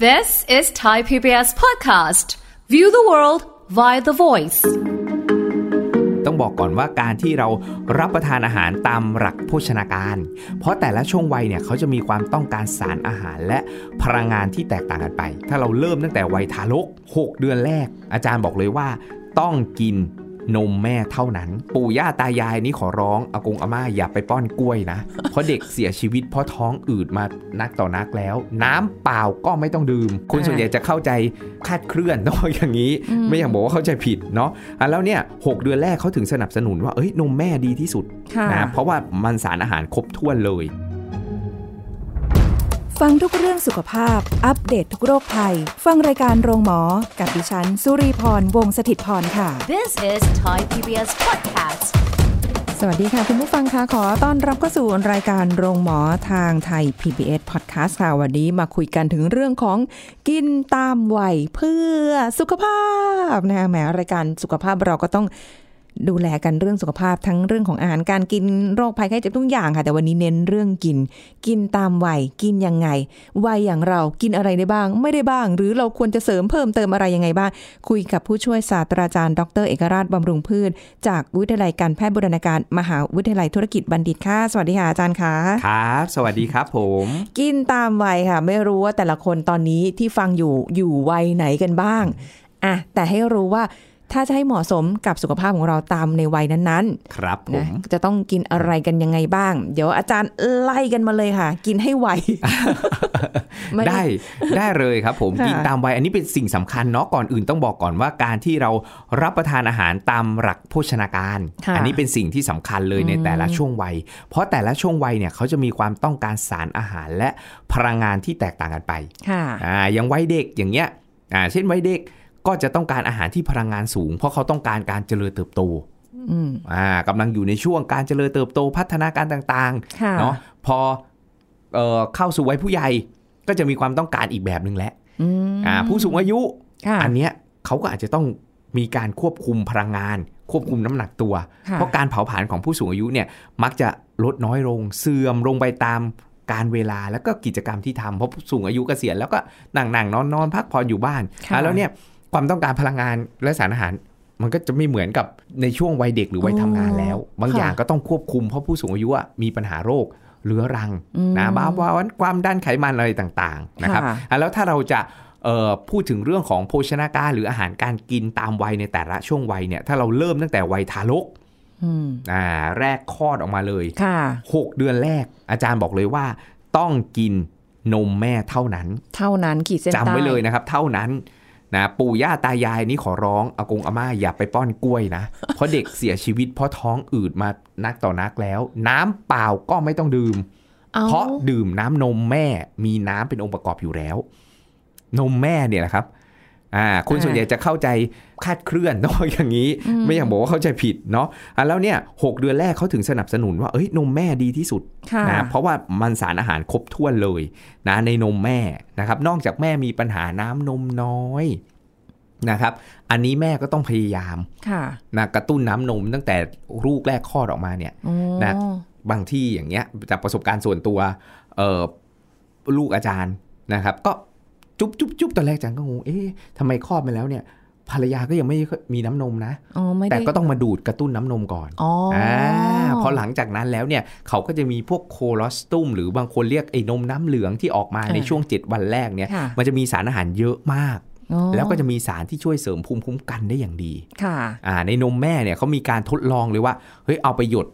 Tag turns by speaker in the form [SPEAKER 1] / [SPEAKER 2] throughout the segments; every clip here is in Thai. [SPEAKER 1] This is Thai PBS podcast. View the world via the voice.
[SPEAKER 2] ต้องบอกก่อนว่าการที่เรารับประทานอาหารตามหลักโภชนาการ เพราะแต่ละช่วงวัยเนี่ยเขาจะมีความต้องการสารอาหารและพลังงานที่แตกต่างกันไป ถ้าเราเริ่มตั้งแต่วัยทารก 6 เดือนแรก อาจารย์บอกเลยว่า ต้องกินนมแม่เท่านั้น ปู่ย่าตายายนี่ขอร้องอากงอาม่าอย่าไปป้อนกล้วยนะ เพราะเด็กเสียชีวิตเพราะท้องอืดมานักต่อนักแล้ว น้ำเปล่าก็ไม่ต้องดื่ม คุณส่วนใหญ่จะเข้าใจคาดเคลื่อนเนาะ อย่างนี้ ไม่อยากบอกว่าเข้าใจผิดเนาะอ่ะแล้วเนี่ยหกเดือนแรกเขาถึงสนับสนุนว่าเอ้ยนมแม่ดีที่สุด
[SPEAKER 3] ค่ะ
[SPEAKER 2] นะเพราะว่ามันสารอาหารครบถ้วนเลย
[SPEAKER 3] ฟังทุกเรื่องสุขภาพ อัปเดตทุกโรคภัย ฟังรายการโรงหมอ กับดิฉัน สุรีพร วงศิตพรค่ะ
[SPEAKER 1] This is Thai PBS podcast.
[SPEAKER 3] สวัสดีค่ะ คุณผู้ฟังคะขอต้อนรับเข้าสู่รายการโรงหมอทางไทย PBS Podcast ค่ะ วันนี้มาคุยกันถึงเรื่องของกินตามวัยเพื่อสุขภาพนะคะแหมรายการสุขภาพเราก็ต้องดูแลกันเรื่องสุขภาพทั้งเรื่องของอาหารการกินโรคภัยไข้เจ็บทุกอย่างค่ะ แต่วันนี้เน้นเรื่องกิน กินตามวัยกินยังไง วัยอย่างเรากินอะไรได้บ้าง ไม่ได้บ้าง หรือเราควรจะเสริมเพิ่มเติมอะไรยังไงบ้าง คุยกับผู้ช่วยศาสตราจารย์ดรเอกราชบำรุงพืช จากวิทยาลัยการแพทย์บูรณาการมหาวิทยาลัยธุรกิจบัณฑิตค่ะ สวัสดีค่ะอาจารย์ค่ะ
[SPEAKER 2] ครับ สวัสดีครับผม
[SPEAKER 3] กินตามวัยค่ะ ไม่รู้ว่าแต่ละคนตอนนี้ที่ฟังอยู่อยู่วัยไหนกันบ้างอ่ะแต่ให้รู้ว่าถ้าจะให้เหมาะสมกับสุขภาพของเราตามในวัยนั้นๆ
[SPEAKER 2] ครับผ
[SPEAKER 3] นะ
[SPEAKER 2] ม
[SPEAKER 3] จะต้องกินอะไรกันยังไงบ้าง เดี๋ยวอาจารย์ไล่กันมาเลยค่ะ กินให้ไว ไม่
[SPEAKER 2] ได้ได้เลยครับผม
[SPEAKER 3] ค่ะ
[SPEAKER 2] กินตามวัยอันนี้เป็นสิ่งสำคัญเนาะก่อนอื่นต้องบอกก่อนว่าการที่เรารับประทานอาหารตามหลักโภชนาการ
[SPEAKER 3] ค่ะ
[SPEAKER 2] อันี้เป็นสิ่งที่สำคัญเลยในแต่ละช่วงวัย เพราะแต่ละช่วงวัยเนี่ยเขาจะมีความต้องการสารอาหารและพลังงานที่แตกต่างกันไป
[SPEAKER 3] ค่ะ
[SPEAKER 2] อ่าอย่างวัยเด็กอย่างเงี้ยอ่าเช่นวัยเด็กก็จะต้องการอาหารที่พลังงานสูง เพราะเขาต้องการการเจริญเติบโต
[SPEAKER 3] อืม
[SPEAKER 2] อ่ากำลังอยู่ในช่วงการเจริญเติบโตพัฒนาการต่างๆ
[SPEAKER 3] ค่ะ
[SPEAKER 2] เนาะพอเอ่อเข้าสู่วัยผู้ใหญ่ก็จะมีความต้องการอีกแบบหนึ่งแหละ
[SPEAKER 3] อืม
[SPEAKER 2] อ่าผู้สูงอายุ
[SPEAKER 3] ค่ะ
[SPEAKER 2] อันเนี้ยเขาก็อาจจะต้องมีการควบคุมพลังงาน ควบคุมน้ำหนักตัว
[SPEAKER 3] ค่ะ
[SPEAKER 2] เพราะการเผาผลาญของผู้สูงอายุเนี่ยมักจะลดน้อยลง เสื่อมลงไปตามการเวลาแล้วก็กิจกรรมที่ทำเพราะผู้สูงอายุเกษียณแล้วก็นั่งนั่งนอนนอนพักผ่อนอยู่บ้าน
[SPEAKER 3] ค่ะ
[SPEAKER 2] อ่ะแล้วเนี่ยความต้องการพลังงานและสารอาหาร มันก็จะไม่เหมือนกับในช่วงวัยเด็กหรือวัยทำงานแล้ว บาง
[SPEAKER 3] ค่ะ
[SPEAKER 2] อย่างก็ต้องควบคุมเพราะผู้สูงอายุอะมีปัญหาโรคเรื้อรัง
[SPEAKER 3] อืม
[SPEAKER 2] นะบ้าว่าความด้านไขมันอะไรต่างๆนะครับ
[SPEAKER 3] ค่ะ
[SPEAKER 2] อ่ะแล้วถ้าเราจะ เอ่อพูดถึงเรื่องของโภชนาการหรืออาหารการกินตามวัยในแต่ละช่วงวัยเนี่ยถ้าเราเริ่มตั้งแต่วัยทารก
[SPEAKER 3] อืม
[SPEAKER 2] อ่าแรกคลอดออกมาเลย
[SPEAKER 3] ค่ะ
[SPEAKER 2] 6 เดือนแรก อาจารย์บอกเลยว่า ต้องกินนมแม่เท่านั้น
[SPEAKER 3] เท่านั้นขีดเส้น
[SPEAKER 2] จำ
[SPEAKER 3] ใต้
[SPEAKER 2] ไว้เลยนะครับ เท่านั้นนะปู่ย่าตายายนี่ขอร้องอากงอาม่าอย่าไปป้อนกล้วยนะ เพราะเด็กเสียชีวิตเพราะท้องอืดมานักต่อนักแล้ว น้ำเปล่าก็ไม่ต้องดื่ม
[SPEAKER 3] อ้
[SPEAKER 2] เพราะดื่มน้ำนมแม่มีน้ำเป็นองค์ประกอบอยู่แล้ว นมแม่เนี่ยแหละครับอ่าคนส่วนใหญ่จะเข้าใจคาดเคลื่อนเนา ะ อย่างนี้ ไม่อยากบอกว่าเข้าใจผิดเนาะอ่ะแล้วเนี่ยหกเดือนแรกเขาถึงสนับสนุนว่าเอ้ยนมแม่ดีที่สุด
[SPEAKER 3] ค่ะ
[SPEAKER 2] นะเพราะว่ามันสารอาหารครบถ้วนเลยนะในนมแม่นะครับ นอกจากแม่มีปัญหาน้ำนมน้อยนะครับ อันนี้แม่ก็ต้องพยายาม
[SPEAKER 3] ค่ะ
[SPEAKER 2] นะกระตุ้นน้ำนมตั้งแต่ลูกแรกคลอดออกมาเนี่ย
[SPEAKER 3] โอ้
[SPEAKER 2] นะ บางที่อย่างเงี้ยจากประสบการณ์ส่วนตัวเออลูกอาจารย์นะครับ ก็จุ๊บจุ๊บจุ๊บตอนแรกอาจารย์ก็งงเอ๊ะทำไมคลอดมาแล้วเนี่ย ภรรยาก็ยังไม่มีน้ำนมนะ
[SPEAKER 3] อ๋อไม่
[SPEAKER 2] แต่
[SPEAKER 3] ได้
[SPEAKER 2] ก็ต้องมาดูดกระตุ้นน้ำนมก่อน
[SPEAKER 3] อ๋ออ
[SPEAKER 2] พอหลังจากนั้นแล้วเนี่ยเขาก็จะมีพวกโคลอสตุมหรือบางคนเรียกไอ้นมน้ำเหลืองที่ออกมาในช่วง 7 วันแรกเนี่ย
[SPEAKER 3] ค่ะ
[SPEAKER 2] มันจะมีสารอาหารเยอะมาก
[SPEAKER 3] อ๋อ
[SPEAKER 2] แล้วก็จะมีสารที่ช่วยเสริมภูมิคุ้มกันได้อย่างดี
[SPEAKER 3] ค่ะ
[SPEAKER 2] อ่าในนมแม่เนี่ยเขามีการทดลองเลยว่าเฮ้ยเอาไปหยด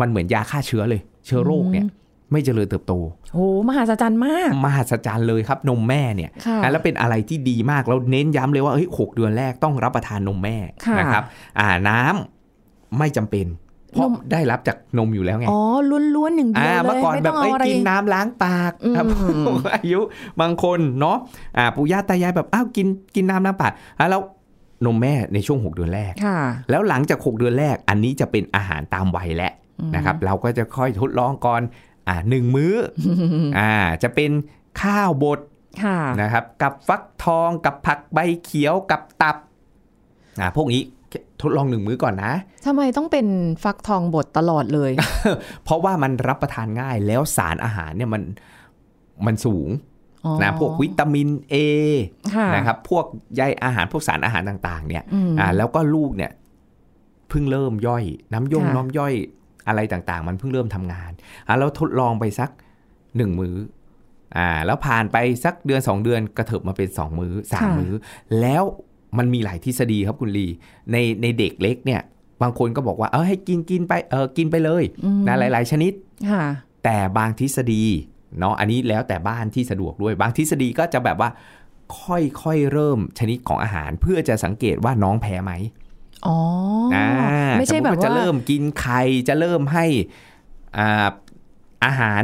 [SPEAKER 2] มันเหมือนยาฆ่าเชื้อเลย เชื้อโรคเนี่ยไม่เจริญเติบโต
[SPEAKER 3] โหมหาศาลมาก
[SPEAKER 2] มหัศจรรย์เลยครับนมแม่เนี่ย
[SPEAKER 3] ค่ะ
[SPEAKER 2] อ่ะแล้วเป็นอะไรที่ดีมากแล้วเน้นย้ำเลยว่าเฮ้ยหกเดือนแรกต้องรับประทานนมแม่
[SPEAKER 3] ค่ะ
[SPEAKER 2] นะครับอ่าน้ำไม่จำเป็น เพราะ
[SPEAKER 3] นม
[SPEAKER 2] ได้รับจากนมอยู่แล้วไง
[SPEAKER 3] อ๋อล้วนๆอย่างเดียว
[SPEAKER 2] อ่า
[SPEAKER 3] เลย
[SPEAKER 2] เมื่อก่อน
[SPEAKER 3] ไม่
[SPEAKER 2] แบ
[SPEAKER 3] ต้อบ ง
[SPEAKER 2] เอ้
[SPEAKER 3] เอา
[SPEAKER 2] ย
[SPEAKER 3] อะไร
[SPEAKER 2] กินน้ำล้างปาก
[SPEAKER 3] อืม
[SPEAKER 2] ครับผู้อายุบางคนเนาะอ่าปู่ย่าตายายแบบอ้าวกินกินน้ำล้างปากอ่ะแล้วนมแม่ในช่วงหกเดือนแรก
[SPEAKER 3] ค่ะ
[SPEAKER 2] แล้วหลังจาก 6 เดือนแรกอันนี้จะเป็นอาหารตามวัยแหละนะครับเราก็จะค่อยทดลองก่อนอ่าหนึ่งมื้ อออ่าจะเป็นข้าวบด
[SPEAKER 3] ค่ะ
[SPEAKER 2] นะครับกับฟักทองกับผักใบเขียวกับตับอ่าพวกนี้ทดลองหนึ่งมื้อก่อนนะ
[SPEAKER 3] ทำไมต้องเป็นฟักทองบดตลอดเลย
[SPEAKER 2] เพราะว่ามันรับประทานง่ายแล้วสารอาหารเนี่ยมันมันสูง
[SPEAKER 3] อ๋อ
[SPEAKER 2] นะพวกวิตามิน A
[SPEAKER 3] ค่ะ
[SPEAKER 2] นะครับพวกใยอาหารพวกสารอาหารต่างๆเนี่ย
[SPEAKER 3] อืม
[SPEAKER 2] อ่าแล้วก็ลูกเนี่ยเพิ่งเริ่มย่อย น้ำย่ง
[SPEAKER 3] ค่ะ
[SPEAKER 2] น้ำย่อยอะไรต่างๆ มันเพิ่งเริ่มทำงานอ่ะเราทดลองไปสักหนึ่งมื้ออ่าแล้วผ่านไปสักเดือนสองเดือนกระเถิบมาเป็นสองมื้อสามมื้อ แล้วมันมีหลายทฤษฎีครับคุณลีในในเด็กเล็กเนี่ยบางคนก็บอกว่าเออให้กินกินไปเออกินไปเลย
[SPEAKER 3] อืม
[SPEAKER 2] นะหลาย ๆ ชนิด
[SPEAKER 3] ค่ะ
[SPEAKER 2] แต่บางทฤษฎีเนาะอันนี้แล้วแต่บ้านที่สะดวกด้วย บางทฤษฎีก็จะแบบว่า ค่อยๆเริ่มชนิดของอาหาร เพื่อจะสังเกตว่าน้องแพ้ไหม
[SPEAKER 3] อ๋ออาไม่ใช่
[SPEAKER 2] สติ
[SPEAKER 3] แบบ
[SPEAKER 2] จะ
[SPEAKER 3] ว่า
[SPEAKER 2] เริ่มกินไข่จะเริ่มให้อ่าอาหาร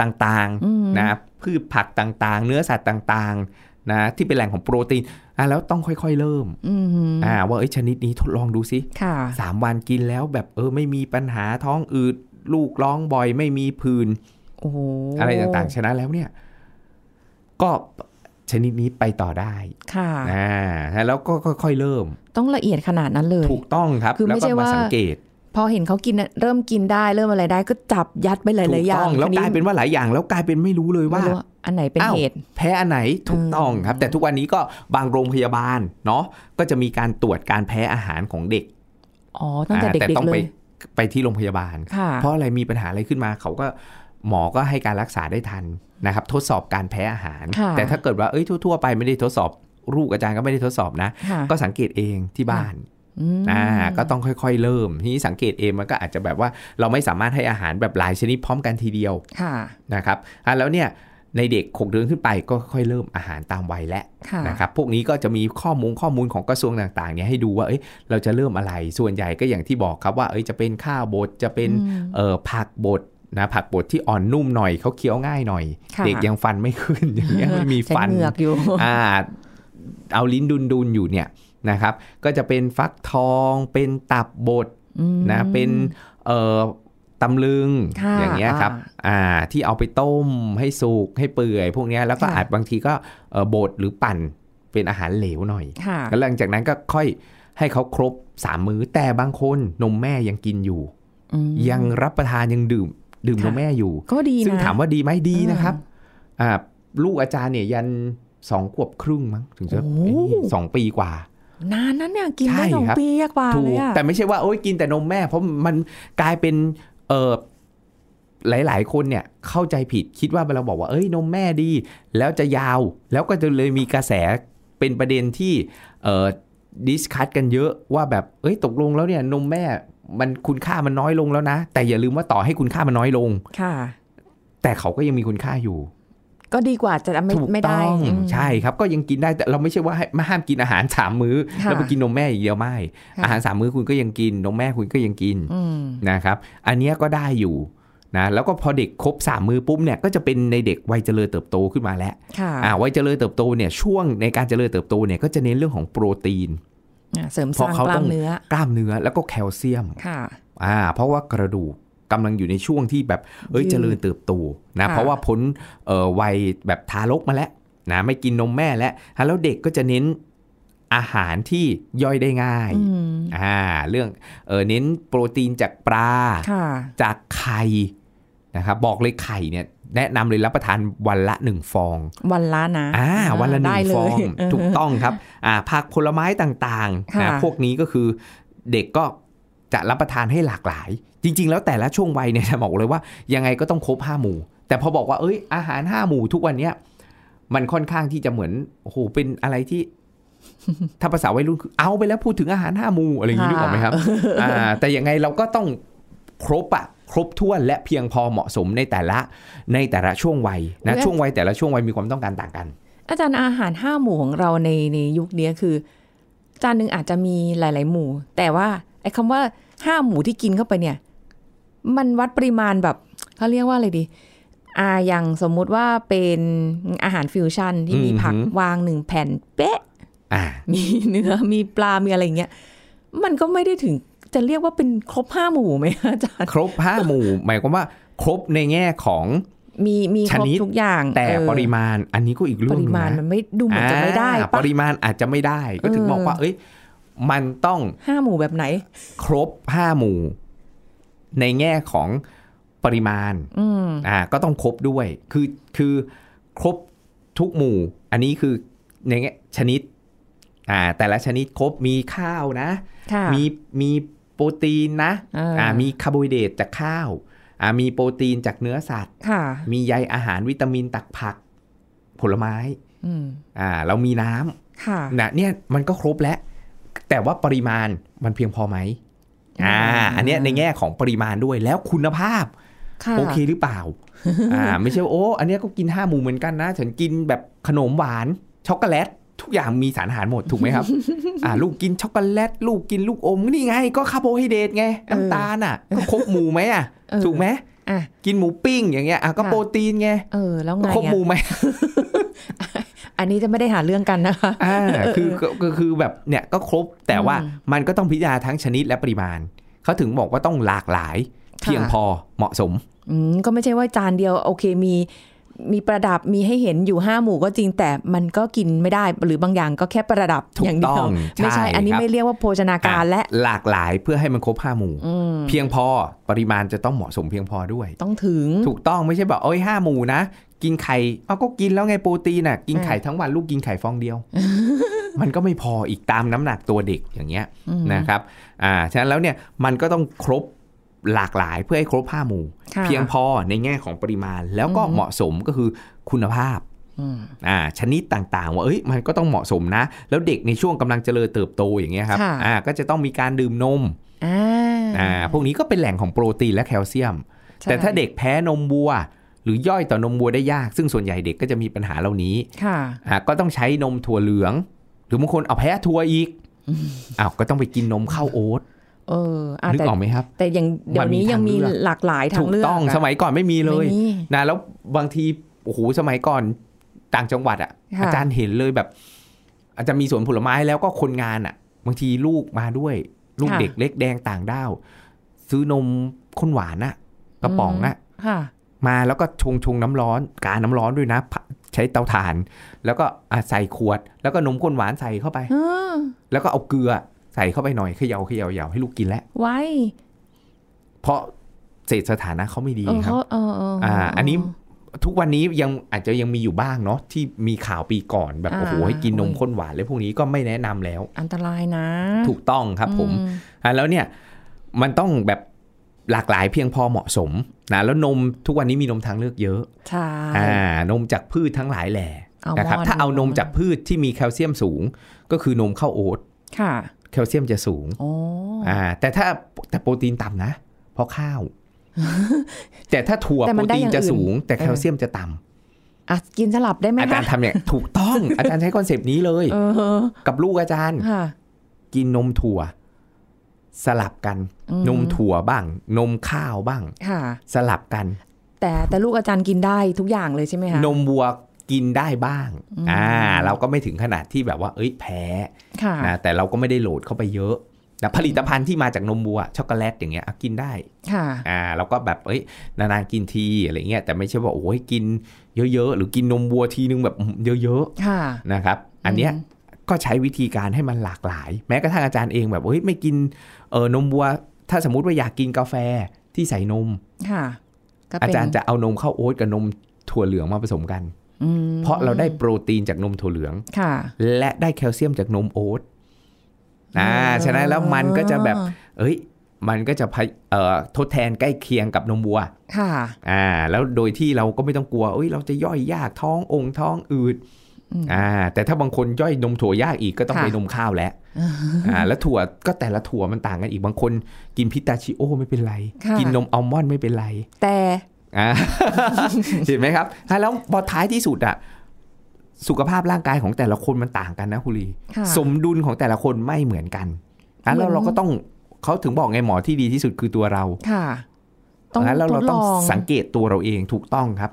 [SPEAKER 2] ต่าง
[SPEAKER 3] อืม
[SPEAKER 2] ๆนะพืชผักต่างๆ เนื้อสัตว์ต่างๆนะที่เป็นแหล่งของโปรตีนอ่ะแล้วต้องค่อยๆเริ่ม
[SPEAKER 3] อืม
[SPEAKER 2] อ่าว่าเอ้ยชนิดนี้ทดลองดูสิ
[SPEAKER 3] ค่ะ
[SPEAKER 2] สามวันกินแล้วแบบเออไม่มีปัญหาท้องอืดลูกร้องบ่อยไม่มีผื่น
[SPEAKER 3] โอ้โห
[SPEAKER 2] อะไรต่างๆ ชนะแล้วเนี่ย ก็ชนิดนี้ไปต่อได้
[SPEAKER 3] ๆค่ะ
[SPEAKER 2] อ่าแล้วก็ค่อยๆเริ่ม
[SPEAKER 3] ต้องละเอียดขนาดนั้นเลย
[SPEAKER 2] ถูกต้องครับ
[SPEAKER 3] คือ
[SPEAKER 2] แล้ว
[SPEAKER 3] ไม่
[SPEAKER 2] ก็
[SPEAKER 3] ใช่
[SPEAKER 2] มา
[SPEAKER 3] ว่า
[SPEAKER 2] สังเกต
[SPEAKER 3] พอเห็นเขากินน่ะเริ่มกินได้เริ่มอะไรได้ก็จับยัดไปห
[SPEAKER 2] ถู
[SPEAKER 3] ลาย
[SPEAKER 2] ก
[SPEAKER 3] ๆอย่า
[SPEAKER 2] ต้องงแล้ว
[SPEAKER 3] ที
[SPEAKER 2] กลายเป็นว่าหลายอย่าง แล้วกลายเป็นไม่รู้เลย
[SPEAKER 3] ไม่
[SPEAKER 2] ว่า
[SPEAKER 3] รู้ว่าอันไหนเป็น
[SPEAKER 2] อ้าว
[SPEAKER 3] เหตุ
[SPEAKER 2] แพ้อันไหนถูกต้องครับ แต่ทุกวันนี้ก็บางโรงพยาบาลเนาะก็จะมีการตรวจการแพ้อาหารของเด็ก
[SPEAKER 3] อ๋อ ตั้งแต่
[SPEAKER 2] อ่า
[SPEAKER 3] เด็ก
[SPEAKER 2] ต้อง
[SPEAKER 3] ๆเล
[SPEAKER 2] ไป
[SPEAKER 3] ย
[SPEAKER 2] ไปที่โรงพยาบาล
[SPEAKER 3] ค่ะ
[SPEAKER 2] เพราะอะไรมีปัญหาอะไรขึ้นมาเขาก็หมอก็ให้การรักษาได้ทันนะครับทดสอบการแพ้อาหาร
[SPEAKER 3] ค่ะ
[SPEAKER 2] แต่ถ้าเกิดว่าเอ้ยทั่วๆไปไม่ได้ทดสอบลูกอาจารย์ก็ไม่ได้ทดสอบนะ
[SPEAKER 3] ค่ะ
[SPEAKER 2] ก็สังเกตเองที่บ้าน
[SPEAKER 3] อืม
[SPEAKER 2] อ่าก็ต้องค่อยๆ เริ่มทีนี้สังเกตเองมันก็อาจจะแบบว่าเราไม่สามารถให้อาหารแบบหลายชนิดพร้อมกันทีเดียว
[SPEAKER 3] ค่ะ
[SPEAKER 2] นะครับอ่ะแล้วเนี่ยในเด็กหกเดือนขึ้นไปก็ค่อยเริ่มอาหารตามวัยและ
[SPEAKER 3] ค่ะ
[SPEAKER 2] นะครับพวกนี้ก็จะมีข้อมูลข้อมูลของกระทรวงต่างๆเนี่ยให้ดูว่าเอ้ยเราจะเริ่มอะไรส่วนใหญ่ก็อย่างที่บอกครับว่าเอ้ยจะเป็นข้าวบดจะเป็น
[SPEAKER 3] อืม
[SPEAKER 2] เออผักบดนะผักบดที่อ่อนนุ่มหน่อยเขาเคี้ยวง่ายหน่อย
[SPEAKER 3] ค่ะ
[SPEAKER 2] เด็กยังฟันไม่ขึ้น อย่างเงี้ยไม่มี
[SPEAKER 3] ใช้
[SPEAKER 2] ฟัน
[SPEAKER 3] เหงือกอยู่
[SPEAKER 2] อ่าเอาลิ้นดุนดุนๆอยู่เนี่ยนะครับ ก็จะเป็นฟักทองเป็นตับบด
[SPEAKER 3] อืม
[SPEAKER 2] นะเป็นเอ่อตำลึง
[SPEAKER 3] ค่ะ
[SPEAKER 2] อย่างเงี้ยครับอ่าที่เอาไปต้มให้สุกให้เปื่อยพวกเนี้ยแล้วก็
[SPEAKER 3] ค่ะ
[SPEAKER 2] อาจบางทีก็เอ่อบดหรือปั่นเป็นอาหารเหลวหน่อย
[SPEAKER 3] ค่ะ
[SPEAKER 2] แล้วหลังจากนั้นก็ค่อยให้เขาครบสามมื้อแต่บางคนนมแม่ยังกินอยู่
[SPEAKER 3] อืม
[SPEAKER 2] ยังรับประทานยังดื่ม ดื่มน
[SPEAKER 3] ค่ะ
[SPEAKER 2] มแม่อยู่
[SPEAKER 3] ก็ดีนะ
[SPEAKER 2] ซึ่งถามว่าดีไหมดี
[SPEAKER 3] เออ
[SPEAKER 2] นะครับอ่าลูกอาจารย์เนี่ยยันสองขวบครึ่งมั้งถึงจะ
[SPEAKER 3] โอ้
[SPEAKER 2] ไอ้นี่สองปีกว่า
[SPEAKER 3] นานนั้นเนี่ยกินได้
[SPEAKER 2] ใช่
[SPEAKER 3] สอง
[SPEAKER 2] ครับ
[SPEAKER 3] ปีกว่า
[SPEAKER 2] ถู
[SPEAKER 3] เล
[SPEAKER 2] ก
[SPEAKER 3] ยอะ
[SPEAKER 2] แต่ไม่ใช่ว่าโอ๊ยกินแต่นมแม่ เพราะมันกลายเป็นเออหลาย ๆ คนเนี่ยเข้าใจผิดคิดว่าเราบอกว่าเอ้ยนมแม่ดี แล้วจะยาวแล้วก็จะเลยมีกระแสเป็นประเด็นที่เออดิสคัตกันเยอะว่าแบบเอ้ยตกลงแล้วเนี่ยนมแม่มันคุณค่ามันน้อยลงแล้วนะ แต่อย่าลืมว่าต่อให้คุณค่ามันน้อยลง
[SPEAKER 3] ค่ะ
[SPEAKER 2] แต่เขาก็ยังมีคุณค่าอยู่
[SPEAKER 3] ก็ดีกว่าจะไม่
[SPEAKER 2] ถูก
[SPEAKER 3] ไม่ได้
[SPEAKER 2] ต้อง
[SPEAKER 3] อืม
[SPEAKER 2] ใช่ครับก็ยังกินได้แต่เราไม่ใช่ว่าให้ห้ามกินอาหารสามมื้อ
[SPEAKER 3] ค่ะ
[SPEAKER 2] แล้วไปกินนมแม่อย่างเดียวไม่
[SPEAKER 3] ค่ะ
[SPEAKER 2] อาหารสามมื้อคุณก็ยังกิน นมแม่คุณก็ยังกิน
[SPEAKER 3] อืม
[SPEAKER 2] นะครับ อันเนี้ยก็ได้อยู่นะแล้วก็พอเด็กครบสามมื้อปุ๊บเนี่ยก็จะเป็นในเด็กวัยเจริญเติบโตขึ้นมาแล้ว
[SPEAKER 3] ค่ะ
[SPEAKER 2] อ่าวัยเจริญเติบโตเนี่ยช่วงในการเจริญเติบโตเนี่ยก็จะเน้นเรื่องของโปรตีน
[SPEAKER 3] อ่ะเสริม
[SPEAKER 2] เพ
[SPEAKER 3] ส
[SPEAKER 2] ราะ
[SPEAKER 3] ร้าง
[SPEAKER 2] เขา
[SPEAKER 3] กล้า
[SPEAKER 2] ต้อ
[SPEAKER 3] ม
[SPEAKER 2] ง
[SPEAKER 3] เนื้อ
[SPEAKER 2] กล้ามเนื้อแล้วก็แคลเซียม
[SPEAKER 3] ค่ะ
[SPEAKER 2] อ่าเพราะว่ากระดูกกำลังอยู่ในช่วงที่แบบเอ้ย
[SPEAKER 3] ยืด
[SPEAKER 2] เจริญเติบโตนะ
[SPEAKER 3] ค่ะ
[SPEAKER 2] เพราะว่าพ้นเอ่อวัยแบบทารกมาแล้วนะไม่กินนมแม่แล้วฮะแล้วเด็กก็จะเน้นอาหารที่ย่อยได้ง่าย
[SPEAKER 3] อืม
[SPEAKER 2] อ่าเรื่องเออเน้นโปรตีนจากปลา
[SPEAKER 3] ค่ะ
[SPEAKER 2] จากไข่นะครับบอกเลยไข่เนี่ยแนะนำเลยรับประทานวันละหนึ่งฟอง
[SPEAKER 3] วันละนะ
[SPEAKER 2] อ่าวันละหนึ่
[SPEAKER 3] ได้
[SPEAKER 2] ง
[SPEAKER 3] เย
[SPEAKER 2] ฟอง
[SPEAKER 3] เออ
[SPEAKER 2] ถูกต้องครับอ่าผักผลไม้ต่างๆนะ
[SPEAKER 3] ค่ะ
[SPEAKER 2] พวกนี้ก็คือเด็กก็จะรับประทานให้หลากหลาย จริง ๆ แล้วแต่ละช่วงวัยเนี่ยจะบอกเลยว่ายังไงก็ต้องครบห้าหมู่ แต่พอบอกว่าเอ้ยอาหารห้าหมู่ทุกวันเนี้ยมันค่อนข้างที่จะเหมือนโอ้โหเป็นอะไรที่ ถ้าภาษาวัยรุ่นคือเอาไปแล้วพูดถึงอาหารห้าหมู่อะไรอย่างนี้นึกออกไหมครับอ่าแต่ยังไงเราก็ต้องครบอะครบถ้วนและเพียงพอเหมาะสมในแต่ละในแต่ละช่วงวัยนะ
[SPEAKER 3] เว้ย
[SPEAKER 2] ช่วงวัยแต่ละช่วงวัยมีความต้องการต่างกัน
[SPEAKER 3] อาจารย์อาหารห้าหมู่ของเราในในยุคเนี้ยคือจานหนึ่งอาจจะมีหลาย ๆ หมู่ แต่ว่าไอ้คำว่าห้าหมู่ที่กินเข้าไปเนี่ย มันวัดปริมาณแบบเขาเรียกว่าอะไรดี อ่าอย่างสมมุติว่าเป็นอาหารฟิวชั่นที่มี
[SPEAKER 2] อือหือ
[SPEAKER 3] ผักวางหนึ่งแผ่นเป๊ะ
[SPEAKER 2] อ่า
[SPEAKER 3] มี เนื้อมีปลามีอะไรอย่างเงี้ยมันก็ไม่ได้ถึงจะเรียกว่าเป็นครบห้าหมู่ไหมอาจารย์
[SPEAKER 2] ครบห้าหมู่ หมายความว่าครบในแง่ของ
[SPEAKER 3] มีมีค
[SPEAKER 2] ช
[SPEAKER 3] รบ
[SPEAKER 2] นิด
[SPEAKER 3] ทุกอย่าง
[SPEAKER 2] แต่
[SPEAKER 3] เออ
[SPEAKER 2] ปริมาณอันนี้ก็อีกเรื่
[SPEAKER 3] ป
[SPEAKER 2] องห
[SPEAKER 3] ริ
[SPEAKER 2] นึง
[SPEAKER 3] มาณ
[SPEAKER 2] นะ
[SPEAKER 3] มันไม่ดูเหมือนจะไม่ได้
[SPEAKER 2] อ่าป
[SPEAKER 3] ปะ
[SPEAKER 2] ริมาณอาจจะไม่ได้ ก็ถึง
[SPEAKER 3] เออ
[SPEAKER 2] บอกว่า เอ้ย มันต้อง
[SPEAKER 3] ห้าหมู่แบบไหน
[SPEAKER 2] ครบห้าหมู่ ในแง่ของปริมาณ
[SPEAKER 3] อืม
[SPEAKER 2] อ่าก็ต้องครบด้วย คือคือครบ ทุกหมู่ อันนี้คือในแง่ชนิดอ่าแต่ละชนิดครบมีข้าวนะ
[SPEAKER 3] ค่ะ
[SPEAKER 2] มีมีโปรตีนนะ
[SPEAKER 3] เอออ่
[SPEAKER 2] ่ามีคาร์โบไฮเดรตจากข้าวอ่ามีโปรตีนจากเนื้อสัตว์
[SPEAKER 3] ค่ะ
[SPEAKER 2] มีใยอาหารวิตามินตักผัก ผลไม้
[SPEAKER 3] อืม
[SPEAKER 2] อ่าเรามีน้
[SPEAKER 3] ค่ะ
[SPEAKER 2] ำนะเนี่ยมันก็ครบแล้ว แต่ว่าปริมาณมันเพียงพอไหมอ่า
[SPEAKER 3] อ่า
[SPEAKER 2] อันเนี้ยในแง่ของปริมาณด้วยแล้วคุณภาพ
[SPEAKER 3] ค่ะ
[SPEAKER 2] โอเคหรือเปล่า อ่า ไม่ใช่ว่าโอ้ อันเนี้ยก็กินห้าหมู่เหมือนกันนะ ฉันกินแบบขนมหวาน ช็อกโกแลต ทุกอย่างมีสารอาหารหมดถูกไหมครับ อ่า ลูกกินช็อกโกแลต ลูกกินลูกอมนี่ไง ก็คาร์โบไฮเดรตไง น้ำตาลอ่ะ ก็ครบหมู่ไหมอ่ะ
[SPEAKER 3] เออ
[SPEAKER 2] ถูกไหม
[SPEAKER 3] อ่ะ
[SPEAKER 2] กินหมูปิ้งอย่างเงี้ย อ่ะก็
[SPEAKER 3] ค่ะ
[SPEAKER 2] โปรตีนไง
[SPEAKER 3] เออ แล้วไง
[SPEAKER 2] ครบ
[SPEAKER 3] อะ
[SPEAKER 2] หมู่ไหม
[SPEAKER 3] อันนี้จะไม่ได้หาเรื่องกันนะคะ
[SPEAKER 2] อ่า คือก็ก็คือแบบเนี่ยก็ครบ แต่ว่า
[SPEAKER 3] อืม
[SPEAKER 2] มันก็ต้องพิจารณาทั้งชนิดและปริมาณ เขาถึงบอกว่าต้องหลากหลาย
[SPEAKER 3] ค่ะ
[SPEAKER 2] เพียงพอ เหมาะสม
[SPEAKER 3] อืมก็ไม่ใช่ว่าจานเดียวโอเคมี มีประดับมีให้เห็นอยู่ห้าหมู่ก็จริงแต่มันก็กินไม่ได้หรือบางอย่างก็แค่ประดับ
[SPEAKER 2] ถูก
[SPEAKER 3] อย่างเดี
[SPEAKER 2] ต้
[SPEAKER 3] ยว
[SPEAKER 2] อง
[SPEAKER 3] ไม่
[SPEAKER 2] ใช่
[SPEAKER 3] ใช่ อันนี้
[SPEAKER 2] ครับ
[SPEAKER 3] ไม่เรียกว่าโภชนาการและ
[SPEAKER 2] หลากหลายเพื่อให้มันครบห้าหมู่
[SPEAKER 3] อืม
[SPEAKER 2] เพียงพอปริมาณจะต้องเหมาะสมเพียงพอด้วย
[SPEAKER 3] ต้องถึง
[SPEAKER 2] ถูกต้องไม่ใช่แบบเอ้ยห้าหมู่นะ กินไข่เอาก็กินแล้วไงโปรตีนอ่ะ กินไข่ทั้งวันลูกกินไข่ฟองเดียว มันก็ไม่พออีกตามน้ำหนักตัวเด็กอย่างเงี้ย
[SPEAKER 3] อืม
[SPEAKER 2] นะครับอ่าฉะนั้นแล้วเนี่ยมันก็ต้องครบหลากหลายเพื่อให้ครบห้าหมู่
[SPEAKER 3] ค่ะ
[SPEAKER 2] เพียงพอในแง่ของปริมาณแล้วก็เหมาะสมก็คือคุณภาพ
[SPEAKER 3] ม
[SPEAKER 2] อ่าชนิดต่างๆ ว่าเอ้ยมันก็ต้องเหมาะสมนะ แล้วเด็กในช่วงกำลังเจริญเติบโตอย่างเงี้ยครับ
[SPEAKER 3] ค่ะ
[SPEAKER 2] อ่าก็จะต้องมีการดื่มนม
[SPEAKER 3] อ่า
[SPEAKER 2] อ่าพวกนี้ก็เป็นแหล่งของโปรตีนและแคลเซียม
[SPEAKER 3] ใช่
[SPEAKER 2] แต่ถ้าเด็กแพ้นมวัว หรือย่อยต่อนมวัวได้ยาก ซึ่งส่วนใหญ่เด็กก็จะมีปัญหาเหล่านี้
[SPEAKER 3] ค่ะ
[SPEAKER 2] อ่าก็ต้องใช้นมถั่วเหลือง หรือบางคนเอาแพ้ถั่วอีกอ้าวก็ต้องไปกินนมข้าวโอ๊ต
[SPEAKER 3] เอออ่ะ
[SPEAKER 2] นึก
[SPEAKER 3] แต่
[SPEAKER 2] ออกไหมครับ
[SPEAKER 3] แต่อย่างเดี๋ยวนี้
[SPEAKER 2] มันมี
[SPEAKER 3] ยังมี
[SPEAKER 2] ทางเลือก
[SPEAKER 3] หลากหลายทา
[SPEAKER 2] ถู
[SPEAKER 3] ง
[SPEAKER 2] ก
[SPEAKER 3] เลือก
[SPEAKER 2] ต้อง
[SPEAKER 3] ะ
[SPEAKER 2] สมัยก่อนไม่มีเลย
[SPEAKER 3] ไม่มี
[SPEAKER 2] นะแล้วบางทีโอ้โหสมัยก่อนต่างจังหวัดอะ
[SPEAKER 3] ค่ะ
[SPEAKER 2] อาจารย์เห็นเลยแบบ อาจจะมีสวนผลไม้แล้วก็คนงานอะบางทีลูกมาด้วย ลูกเด็กเล็กแดงต่างด้าวซื้อนมข้นหวานอะกระป๋องอะ
[SPEAKER 3] ค่ะ
[SPEAKER 2] มาแล้วก็ชงชงน้ำร้อน กาน้ำร้อนด้วยนะผใช้เตาถ่าน แล้วก็อ่ะใส่ขวด แล้วก็นมข้นหวานใส่เข้าไป
[SPEAKER 3] เออ
[SPEAKER 2] แล้วก็เอาเกลือใส่เข้าไปหน่อยเขย่าเขย่าเขย่าให้ลูกกินแล้ว
[SPEAKER 3] ไว้
[SPEAKER 2] เพราะเศรษฐสถานะเขาไม่ดี
[SPEAKER 3] เออ
[SPEAKER 2] ครั
[SPEAKER 3] เขา
[SPEAKER 2] บ
[SPEAKER 3] เออเออ
[SPEAKER 2] อ่า
[SPEAKER 3] อ่า
[SPEAKER 2] อันนี้ทุกวันนี้ยังอาจจะยังมีอยู่บ้างเนาะที่มีข่าวปีก่อนแบบ
[SPEAKER 3] อ่า
[SPEAKER 2] โอ้โหให้กินนม
[SPEAKER 3] โอ้ย
[SPEAKER 2] ข้นหวานเลยพวกนี้ก็ไม่แนะนำแล้ว
[SPEAKER 3] อันตรายนะ
[SPEAKER 2] ถูกต้องครับผม
[SPEAKER 3] อื
[SPEAKER 2] อ่ะแล้วเนี่ยมันต้องแบบหลากหลายเพียงพอเหมาะสมนะแล้วนมทุกวันนี้มีนมทางเลือกเยอะ
[SPEAKER 3] ใช่
[SPEAKER 2] อ่านมจากพืชทั้งหลายแหล่
[SPEAKER 3] อัล
[SPEAKER 2] นะครับ
[SPEAKER 3] มนด์
[SPEAKER 2] ถ้าเอานมจากพืชที่มีแคลเซียมสูง ก็คือนมข้าวโอ๊ต
[SPEAKER 3] ค่ะ
[SPEAKER 2] แคลเซียมจะสูง
[SPEAKER 3] โอ้
[SPEAKER 2] อ่าแต่ถ้าแต่โปรตีนต่ำนะ เพราะข้าว แต่ถ้าถั่วโปรตีนจะสูง แต่แคลเซียมจะต่ำ
[SPEAKER 3] อ่ะกินสลับได้ไหม
[SPEAKER 2] อาจารย์
[SPEAKER 3] คะ
[SPEAKER 2] ทำอย่างถูก ต้อง อาจารย์ใช้คอนเซปต์นี้เลย
[SPEAKER 3] เออ
[SPEAKER 2] กับลูกอาจารย์
[SPEAKER 3] ค่ะ
[SPEAKER 2] กินนมถั่ว สลับกัน
[SPEAKER 3] อืม
[SPEAKER 2] นมถั่วบ้าง นมข้าวบ้าง
[SPEAKER 3] ค่ะ
[SPEAKER 2] สลับกัน
[SPEAKER 3] แต่แต่ลูกอาจารย์กินได้ทุกอย่างเลยใช่ไหมคะ
[SPEAKER 2] นมวัวกินได้บ้าง
[SPEAKER 3] อืม
[SPEAKER 2] อ่าเราก็ไม่ถึงขนาดที่แบบว่า เอ้ยแพ้
[SPEAKER 3] ค่ะ
[SPEAKER 2] นะแต่เราก็ไม่ได้โหลดเข้าไปเยอะนะผลิตภัณฑ์ที่มาจากนมวัวช็อกโกแลตอย่างเงี้ยอ่ะกินได้
[SPEAKER 3] ค่ะ
[SPEAKER 2] อ่าเราก็แบบเอ้ยนานๆกินทีอะไรเงี้ยแต่ไม่ใช่ว่าโอ้ยกินเยอะๆ หรือกินนมวัวทีนึงแบบอื้อหือเยอะ
[SPEAKER 3] ค่ะ
[SPEAKER 2] ๆนะครับอันเนี้ยก็ใช้วิธีการให้มันหลากหลาย แม้กระทั่งอาจารย์เองแบบเอ้ยไม่กินเออนมวัว ถ้าสมมติว่าอยากกินกาแฟที่ใส่นม
[SPEAKER 3] ค่ะก็เป็น
[SPEAKER 2] อาจารย์จะเอานมข้าวโอ๊ตกับนมถั่วเหลืองมาผสมกัน
[SPEAKER 3] อืม
[SPEAKER 2] เพราะเราได้โปรตีนจากนมถั่วเหลือง
[SPEAKER 3] ค่ะ
[SPEAKER 2] และได้แคลเซียมจากนมโอ๊ตอ่าฉะนั้นแล้วมันก็จะแบบ เอ้ย มันก็จะพะเอ่อทดแทนใกล้เคียงกับนมวัว
[SPEAKER 3] ค่ะ
[SPEAKER 2] อ่า แล้วโดยที่เราก็ไม่ต้องกลัว เอ้ย เราจะย่อยยากท้ององค์ท้องอืด
[SPEAKER 3] อืม
[SPEAKER 2] อ่า แต่ถ้าบางคนย่อยนมถั่วยากอีกก็ต้อง
[SPEAKER 3] ค่ะ
[SPEAKER 2] ไปนมข้าว แล้ว อ่า แล้วถั่วก็แต่ละถั่วมันต่างกันอีก บางคนกินพิสตาชิโอไม่เป็นไร
[SPEAKER 3] ค่ะ
[SPEAKER 2] กินนมอัลมอนด์ไม่เป็นไร
[SPEAKER 3] แต่
[SPEAKER 2] อ่า เห็นไหมครับอ่ะแล้วพอท้ายที่สุดอะสุขภาพร่างกายของแต่ละคนมันต่างกันนะคุณลี
[SPEAKER 3] ค่ะ
[SPEAKER 2] สมดุลของแต่ละคนไม่เหมือนกันอ่ะแล้ว
[SPEAKER 3] เหมือน
[SPEAKER 2] เราก็ต้องเขาถึงบอกไงหมอที่ดีที่สุดคือตัวเรา
[SPEAKER 3] ค่ะ ต้อง
[SPEAKER 2] แล้วเรา
[SPEAKER 3] ทดล
[SPEAKER 2] ต้อง
[SPEAKER 3] อง
[SPEAKER 2] สังเกตตัวเราเองถูกต้องครับ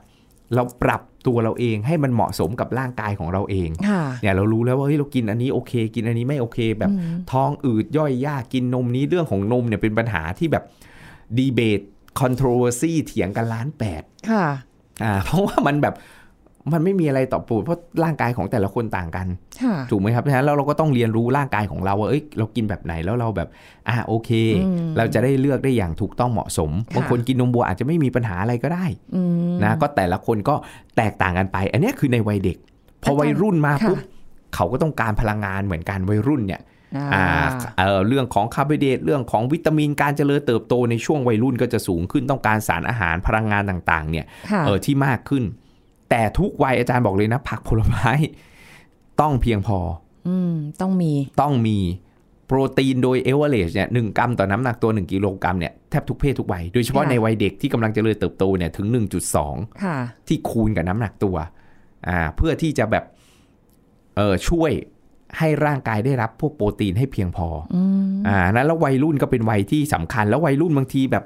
[SPEAKER 2] เราปรับตัวเราเองให้มันเหมาะสมกับร่างกายของเราเอง
[SPEAKER 3] ค่ะ
[SPEAKER 2] เนี่ยเรารู้แล้วว่าเฮ้ยเรากินอันนี้โอเค กินอันนี้ไม่โอเค แบบ
[SPEAKER 3] อืม
[SPEAKER 2] ท้องอืดย่อยยากกินนมนี้เรื่องของนมเนี่ยเป็นปัญหาที่แบบดีเบต controversy เถียงกันล้านแปด
[SPEAKER 3] ค่ะ
[SPEAKER 2] อ่า เพราะว่ามันแบบมันไม่มีอะไรตอบโจทย์เพราะร่างกายของแต่ละคนต่างกัน
[SPEAKER 3] ค่ะ
[SPEAKER 2] ถูกไหมครับฉะนั้นแล้วเราก็ต้องเรียนรู้ร่างกายของเราว่าเอ้ยเรากินแบบไหนแล้วเราแบบอ่าโอเค
[SPEAKER 3] อืม
[SPEAKER 2] เราจะได้เลือกได้อย่างถูกต้องเหมาะสม
[SPEAKER 3] ค่ะ
[SPEAKER 2] บางคนกินนมบัวอาจจะไม่มีปัญหาอะไรก็ได้
[SPEAKER 3] อืม
[SPEAKER 2] นะก็แต่ละคนก็แตกต่างกันไป อันเนี้ยคือในวัยเด็ก พอวัยรุ่นมา
[SPEAKER 3] ค่ะ
[SPEAKER 2] ปุ๊บเขาก็ต้องการพลังงานเหมือนกันวัยรุ่นเนี่ย
[SPEAKER 3] อ่า
[SPEAKER 2] อ่าเอ่อเรื่องของคาร์โบไฮเดรตเรื่องของวิตามินการเจริญเติบโตในช่วงวัยรุ่นก็จะสูงขึ้นต้องการสารอาหารพลังงานต่างๆ เนี่ย
[SPEAKER 3] ค่ะ
[SPEAKER 2] เออที่มากขึ้น แต่ทุกวัยอาจารย์บอกเลยนะ ผักผลไม้ ต้องเพียงพอ
[SPEAKER 3] อืมต้องมี
[SPEAKER 2] ต้องมีโปรตีนโดยเอเวอเรจเนี่ยหนึ่งกรัมต่อน้ำหนักตัว 1 กิโลกรัมเนี่ยแทบทุกเพศทุกวัยโดยเฉพาะ
[SPEAKER 3] ค่ะ
[SPEAKER 2] ในวัยเด็กที่กำลังเจริญเติบโตเนี่ยถึง 1.2
[SPEAKER 3] ค่ะ
[SPEAKER 2] ที่คูณกับน้ำหนักตัวอ่าเพื่อที่จะแบบเออช่วยให้ร่างกายได้รับพวกโปรตีนให้เพียงพออ่านั้นแล้ววัยรุ่นก็เป็นวัยที่สำคัญ แล้ววัยรุ่นบางทีแบบ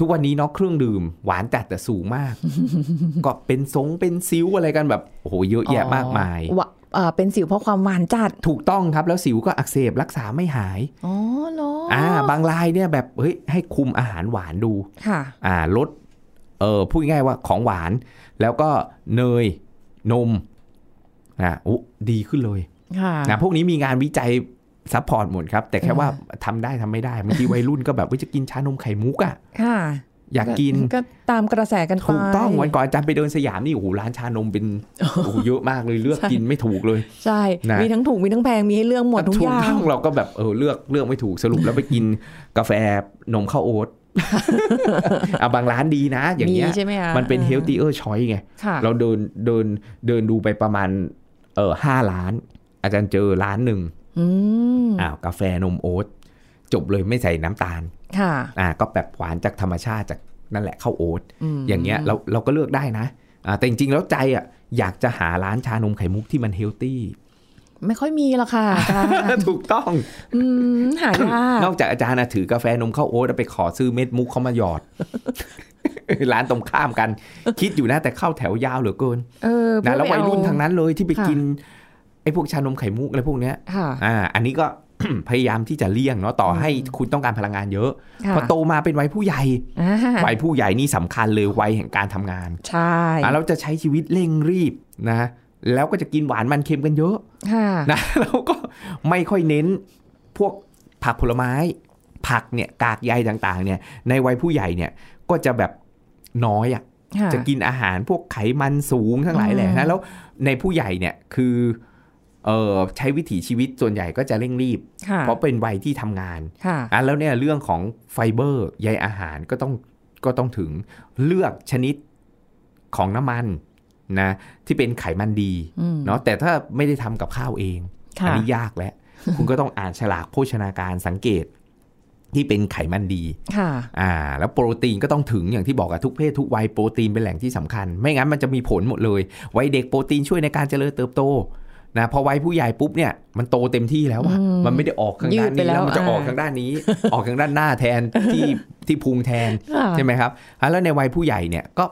[SPEAKER 2] ทุกวันนี้เนาะเครื่องดื่ม หวานจัดแต่สูงมาก ก็เป็นสงเป็นซิวอะไรกันแบบโอ้โหเยอะแยะมากมาย
[SPEAKER 3] อ๋อวะเอ่อเป็นสิวเพราะความหวานจัด
[SPEAKER 2] ถูกต้องครับแล้วสิวก็อักเสบรักษาไม่หาย
[SPEAKER 3] อ๋อเหรอ
[SPEAKER 2] อ่า บางรายเนี่ยแบบเฮ้ยให้คุมอาหารหวานดู
[SPEAKER 3] ค่ะ
[SPEAKER 2] อ่าลดเออพูดง่ายๆว่าของหวานแล้วก็เนยนมนะอุ๊ดีขึ้นเลย
[SPEAKER 3] ค่ะ
[SPEAKER 2] นะพวกนี้มีงานวิจัยซัพพอร์ตหมดครับ แต่แค่
[SPEAKER 3] อ่า
[SPEAKER 2] ว่าทำได้ทำไม่ได้บางทีวัยรุ่นก็แบบว่าจะกินชานมไข่มุกอะ
[SPEAKER 3] ค่ะ
[SPEAKER 2] อยากกิน
[SPEAKER 3] ก็ตามกระแสกันไป
[SPEAKER 2] ถูกต้องวันก่อนอาจำไปเดินสยามนี่โอ้โหร้านชานมเป็นโอ้โหเยอะมากเลยเลือกกินไม่ถูกเลย
[SPEAKER 3] ใช่
[SPEAKER 2] นะ
[SPEAKER 3] มีทั้งถูกมีทั้งแพงมีให้เลือกหมดทุกอย่าง
[SPEAKER 2] ต้องเราก็แบบเออเลือกเลือกไม่ถูกสรุปแล้วไปกินกาแฟนมข้าวโอ๊ ต อ่ะบางร้านดีนะ อย่างเงี้ย
[SPEAKER 3] มีใช่ไหมคะ
[SPEAKER 2] มันเป็น
[SPEAKER 3] อ่า
[SPEAKER 2] เฮล t ี i เออร์ชอยไง
[SPEAKER 3] ค่ะ
[SPEAKER 2] เราเดินเดินเดินดูไปประมาณเออห้าร้าน อาจารย์เจอร้านหนึ่ง
[SPEAKER 3] อืม
[SPEAKER 2] อ้าวกาแฟนมโอ๊ตจบเลยไม่ใส่น้ำตาล
[SPEAKER 3] ค่ะ
[SPEAKER 2] อ่าก็แบบหวานจากธรรมชาติจากนั่นแหละข้าวโอ๊ต
[SPEAKER 3] อืม
[SPEAKER 2] อย่างเงี้ยเราเราก็เลือกได้นะอ่าแต่จริงๆแล้วใจอ่ะอยากจะหาร้านชานมไข่มุกที่มันเฮลตี้
[SPEAKER 3] ไม่ค่อยมีหรอก ค่ะอาจารย์
[SPEAKER 2] ถูกต้อง
[SPEAKER 3] อืมหายาก
[SPEAKER 2] นอกจากอาจารย์นะถือกาแฟนมข้าวโอ๊ตแล้วไปขอซื้อเม็ดมุกเขามาหยอด ร้านตรงข้ามกัน คิดอยู่นะแต่เข้าแถวยาวเหลือเกิน
[SPEAKER 3] เออ
[SPEAKER 2] นะแล้ว
[SPEAKER 3] เพื่อ
[SPEAKER 2] วัย
[SPEAKER 3] ไปเอา
[SPEAKER 2] รุ่นทางนั้นเลยที่ไป
[SPEAKER 3] ค่ะ
[SPEAKER 2] กินไอ้พวกชานมไข่มุกอะไรพวกเนี้ย
[SPEAKER 3] ค่ะ
[SPEAKER 2] อ่า อันนี้ก็ พยายามที่จะเลี่ยงเนาะต่อให้คุณต้องการพลังงานเยอะ
[SPEAKER 3] ค่ะ
[SPEAKER 2] พอโตมาเป็นวัยผู้ใหญ่
[SPEAKER 3] อ่า
[SPEAKER 2] วัยผู้ใหญ่นี่สำคัญเลยวัยแห่งการทำงาน
[SPEAKER 3] ใช่
[SPEAKER 2] อ่ะเราจะใช้ชีวิตเร่งรีบนะแล้วก็จะกินหวานมันเค็มกันเยอะ
[SPEAKER 3] ค่ะ
[SPEAKER 2] นะ แล้วก็ไม่ค่อยเน้นพวกผักผลไม้ ผักเนี่ยกากใยต่างๆ เนี่ย ในวัยผู้ใหญ่เนี่ยก็จะแบบน้อยอ่ะ
[SPEAKER 3] ค่
[SPEAKER 2] จะกินอาหารพวกไขมันสูงทั้งหลายแหละนะแล้วในผู้ใหญ่เนี่ยคือเออใช้วิถีชีวิตส่วนใหญ่ก็จะเร่งรีบ
[SPEAKER 3] ค่ะ
[SPEAKER 2] เพราะเป็นวัยที่ทำงาน
[SPEAKER 3] ค่ะ
[SPEAKER 2] อ่ะแล้วเนี่ยเรื่องของไฟเบอร์ใยอาหารก็ต้องก็ต้องถึงเลือกชนิดของน้ำมันนะที่เป็นไขมันดี
[SPEAKER 3] อืม
[SPEAKER 2] เนาะแต่ถ้าไม่ได้ทำกับข้าวเอง อั
[SPEAKER 3] ค่ะ
[SPEAKER 2] นี้ยาก แล้ว คุณก็ต้องอ่านฉลากโภชนาการสังเกตที่เป็นไขมันดี
[SPEAKER 3] ค่ะ
[SPEAKER 2] อ่าแล้วโปรตีนก็ต้องถึงอย่างที่บอกอะทุกเพศทุกวัยโปรตีนเป็นแหล่งที่สำคัญ ไม่งั้นมันจะมีผลหมดเลยวัยเด็กโปรตีนช่วยในการเจริญเติบโตนะพอวัยผู้ใหญ่ปุ๊บเนี่ยมันโตเต็มที่แล้วอะ
[SPEAKER 3] อืม
[SPEAKER 2] มันไม่ได้ออกทางด้าน
[SPEAKER 3] ยืดไป
[SPEAKER 2] นี้
[SPEAKER 3] แล้
[SPEAKER 2] แล้ว วมันจะ
[SPEAKER 3] อ่า
[SPEAKER 2] ออกทางด้านนี้ ออกทางด้านหน้าแทนที่ที่พุงแทนใช่ไหมครับอ่ะแล้วในวัยผู้ใหญ่เนี่ยก็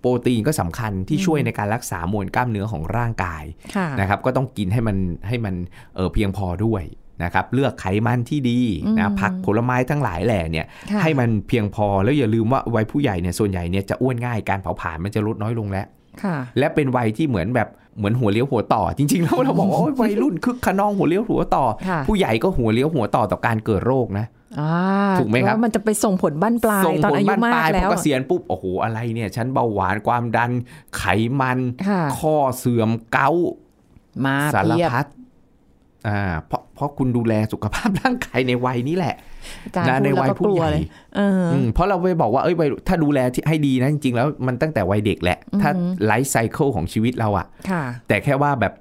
[SPEAKER 2] โปรตีนก็สำคัญที่ช่วยในการรักษามวลกล้ามเนื้อของร่างกาย
[SPEAKER 3] ค่ะ
[SPEAKER 2] นะครับก็ต้องกินให้มันให้มันเออเพียงพอด้วยนะครับเลือกไขมันที่ดีนะ
[SPEAKER 3] อืม
[SPEAKER 2] ผักผลไม้ทั้งหลายแหล่เนี่ย
[SPEAKER 3] ค่ะ
[SPEAKER 2] ให้มันเพียงพอแล้วอย่าลืมว่าวัยผู้ใหญ่เนี่ยส่วนใหญ่เนี่ยจะอ้วนง่ายการเผาผลาญมันจะลดน้อยลงแล้ว
[SPEAKER 3] ค่ะ
[SPEAKER 2] และเป็นวัยที่เหมือนแบบเหมือนหัวเลี้ยวหัวต่อ จริงๆแล้วเราบอกว่าโอ๊ยวั ยรุ่นคึกขนองหัวเลี้ยวหัวต่อ
[SPEAKER 3] ค่ะ
[SPEAKER 2] ผู้ใหญ่ก็หัวเลี้ยวหัวต่อต่อการเกิดโรคนะ
[SPEAKER 3] อ่า
[SPEAKER 2] ถูกไหมครับ
[SPEAKER 3] แล้วมันจะไปส่งผลบั้นปลาย
[SPEAKER 2] ส่ง
[SPEAKER 3] ตอน
[SPEAKER 2] ผล
[SPEAKER 3] อายุ
[SPEAKER 2] บ้าน
[SPEAKER 3] มา
[SPEAKER 2] ปลาก ยพ
[SPEAKER 3] แล้
[SPEAKER 2] อ
[SPEAKER 3] ว
[SPEAKER 2] เกษียณปุ๊บโอ้โหอะไรเนี่ยฉันเบาหวานความดันไขมัน
[SPEAKER 3] ค่ะ
[SPEAKER 2] ข้อเสื่อมเกาต์
[SPEAKER 3] มา
[SPEAKER 2] สาร
[SPEAKER 3] เพียบ
[SPEAKER 2] พัดอ่าเพราะเพราะคุณดูแลสุขภาพร่างกายในวัยนี้แหละ
[SPEAKER 3] อาจารย์
[SPEAKER 2] นะใน
[SPEAKER 3] พูด
[SPEAKER 2] วัย
[SPEAKER 3] แล้ก็
[SPEAKER 2] ผู้
[SPEAKER 3] กลั
[SPEAKER 2] ใหญ่
[SPEAKER 3] เลยเอออ
[SPEAKER 2] อืมเพราะเราไปบอกว่าเอ้ยวัยถ้าดูแลที่ให้ดีนะจริงๆ แล้วมันตั้งแต่วัยเด็กแหละ ถ้า
[SPEAKER 3] อือหือ
[SPEAKER 2] ไลฟ์ไซเคิลของชีวิตเราอะ
[SPEAKER 3] ค่ะ
[SPEAKER 2] แต่แค่ว่าแบบ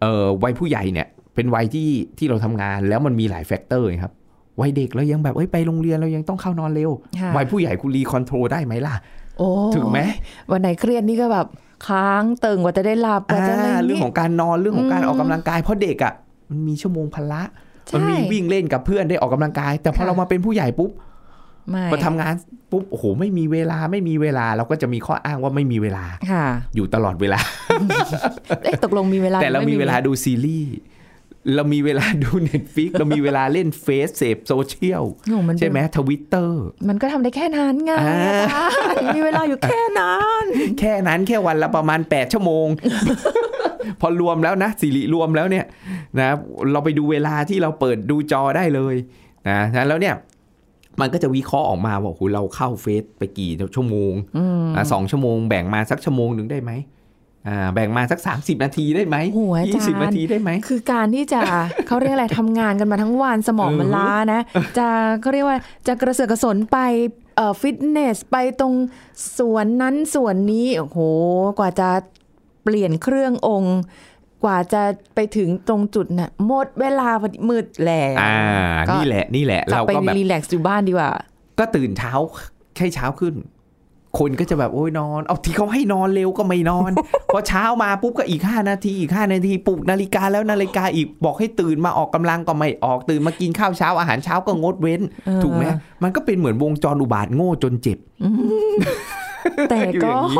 [SPEAKER 2] เอ่อวัยผู้ใหญ่เนี่ย เป็นวัยที่ที่เราทำงานแล้วมันมีหลายแฟกเตอร์ไงครับวัยเด็กเรายังแบบเอ้ยไปโรงเรียนเรายังต้องเข้านอนเร็ว
[SPEAKER 3] ค่ะ
[SPEAKER 2] วัยผู้ใหญ่คุณรีคอนโทรลได้ไหมล่ะ
[SPEAKER 3] โอ้
[SPEAKER 2] ถูกไหม
[SPEAKER 3] วันไหนเครียดนี่ก็แบบค้างเติงกว่าจะได้หลับกว่าจะอะไร
[SPEAKER 2] อ่าเรื่อง
[SPEAKER 3] นี่
[SPEAKER 2] ของการนอนเรื่องของการ
[SPEAKER 3] อืม
[SPEAKER 2] ออกกำลังกายเพราะเด็กอะ่ะมันมีชั่วโมงพละ
[SPEAKER 3] ใช่
[SPEAKER 2] มันมีวิ่งเล่นกับเพื่อนได้ออกกำลังกาย แต่พอ
[SPEAKER 3] ค่ะ
[SPEAKER 2] เรามาเป็นผู้ใหญ่ปุ๊บ
[SPEAKER 3] ไม่
[SPEAKER 2] พอทำงานปุ๊บโอ้โหไม่มีเวลาไม่มีเวลาเราก็จะมีข้ออ้างว่าไม่มีเวลา
[SPEAKER 3] ค่ะ
[SPEAKER 2] อยู่ตลอดเวลา
[SPEAKER 3] เอ๊ะตกลงมีเวลา
[SPEAKER 2] แต่เรา
[SPEAKER 3] หอไ
[SPEAKER 2] มีเวลาดูซีรีส์เรามีเวลาดูเน็ตฟิกเรามีเวลาเล่นเฟซเสพโซเชียล
[SPEAKER 3] โอ้นเป็น
[SPEAKER 2] ใช่ไหมทวิตเตอร์
[SPEAKER 3] มันก็ทำได้แค่นั้นไง
[SPEAKER 2] อ่า
[SPEAKER 3] อาจารย์มีเวลาอยู่แค่นั้น
[SPEAKER 2] แค่นั้นแค่วันละประมาณ 8 ชั่วโม ง พอรวมแล้วนะสิริรวมแล้วเนี่ยนะเราไปดูเวลาที่เราเปิดดูจอได้เลยนะฉะนั้นแล้วเนี่ยมันก็จะวิเคราะห์ออกมาว่าโอ้โหเราเข้าเฟซไปกี่ชั่วโมง
[SPEAKER 3] อืม
[SPEAKER 2] นะสองชั่วโมงแบ่งมาสักชั่วโมงหนึ่งได้ไหม อ่าแบ่งมาสัก 30 นาทีได้ไหม
[SPEAKER 3] โอ้โหอาจารย์
[SPEAKER 2] ยี่สิบนาทีได้ไหม
[SPEAKER 3] คือการที่จะ เขาเรียกอะไรทำงานกันมาทั้งวันสมองมัน
[SPEAKER 2] เออ
[SPEAKER 3] ล้านะ จะเขาเรียกว่าจะกระเสือกกระสนไปเอ่อฟิตเนสไปตรงสวนนั้นสวนนี้โอ้โหกว่าจะเปลี่ยนเครื่ององค์ กว่าจะไปถึงตรงจุดน่ะหมดเวลาพอดีมืดแล้ว
[SPEAKER 2] อ่า นี่แหละนี่แหละ
[SPEAKER 3] กลับ
[SPEAKER 2] เรา
[SPEAKER 3] ไป
[SPEAKER 2] ก็แบบ
[SPEAKER 3] รีแลกซ์อยู่บ้านดีกว่า
[SPEAKER 2] ก็ตื่นเช้า แค่เช้าขึ้น คนก็จะแบบโอ้ยนอน เอาที่เขาให้นอนเร็วก็ไม่น อน พอเช้ามาปุ๊บก็อีก 5 นาทีอีก 5 นาทีปลุกนาฬิกาแล้วนาฬิกาอีกบอกให้ตื่นมาออกกำลังก็ไม่ออกตื่นมากินข้าวเช้าอาหารเช้าก็งดเว้น
[SPEAKER 3] เออ
[SPEAKER 2] ถูกไหมมันก็เป็นเหมือนวงจรอุบาทโง่จนเจ็บ
[SPEAKER 3] แต่
[SPEAKER 2] อยู่อ
[SPEAKER 3] ก็
[SPEAKER 2] ย่างนี้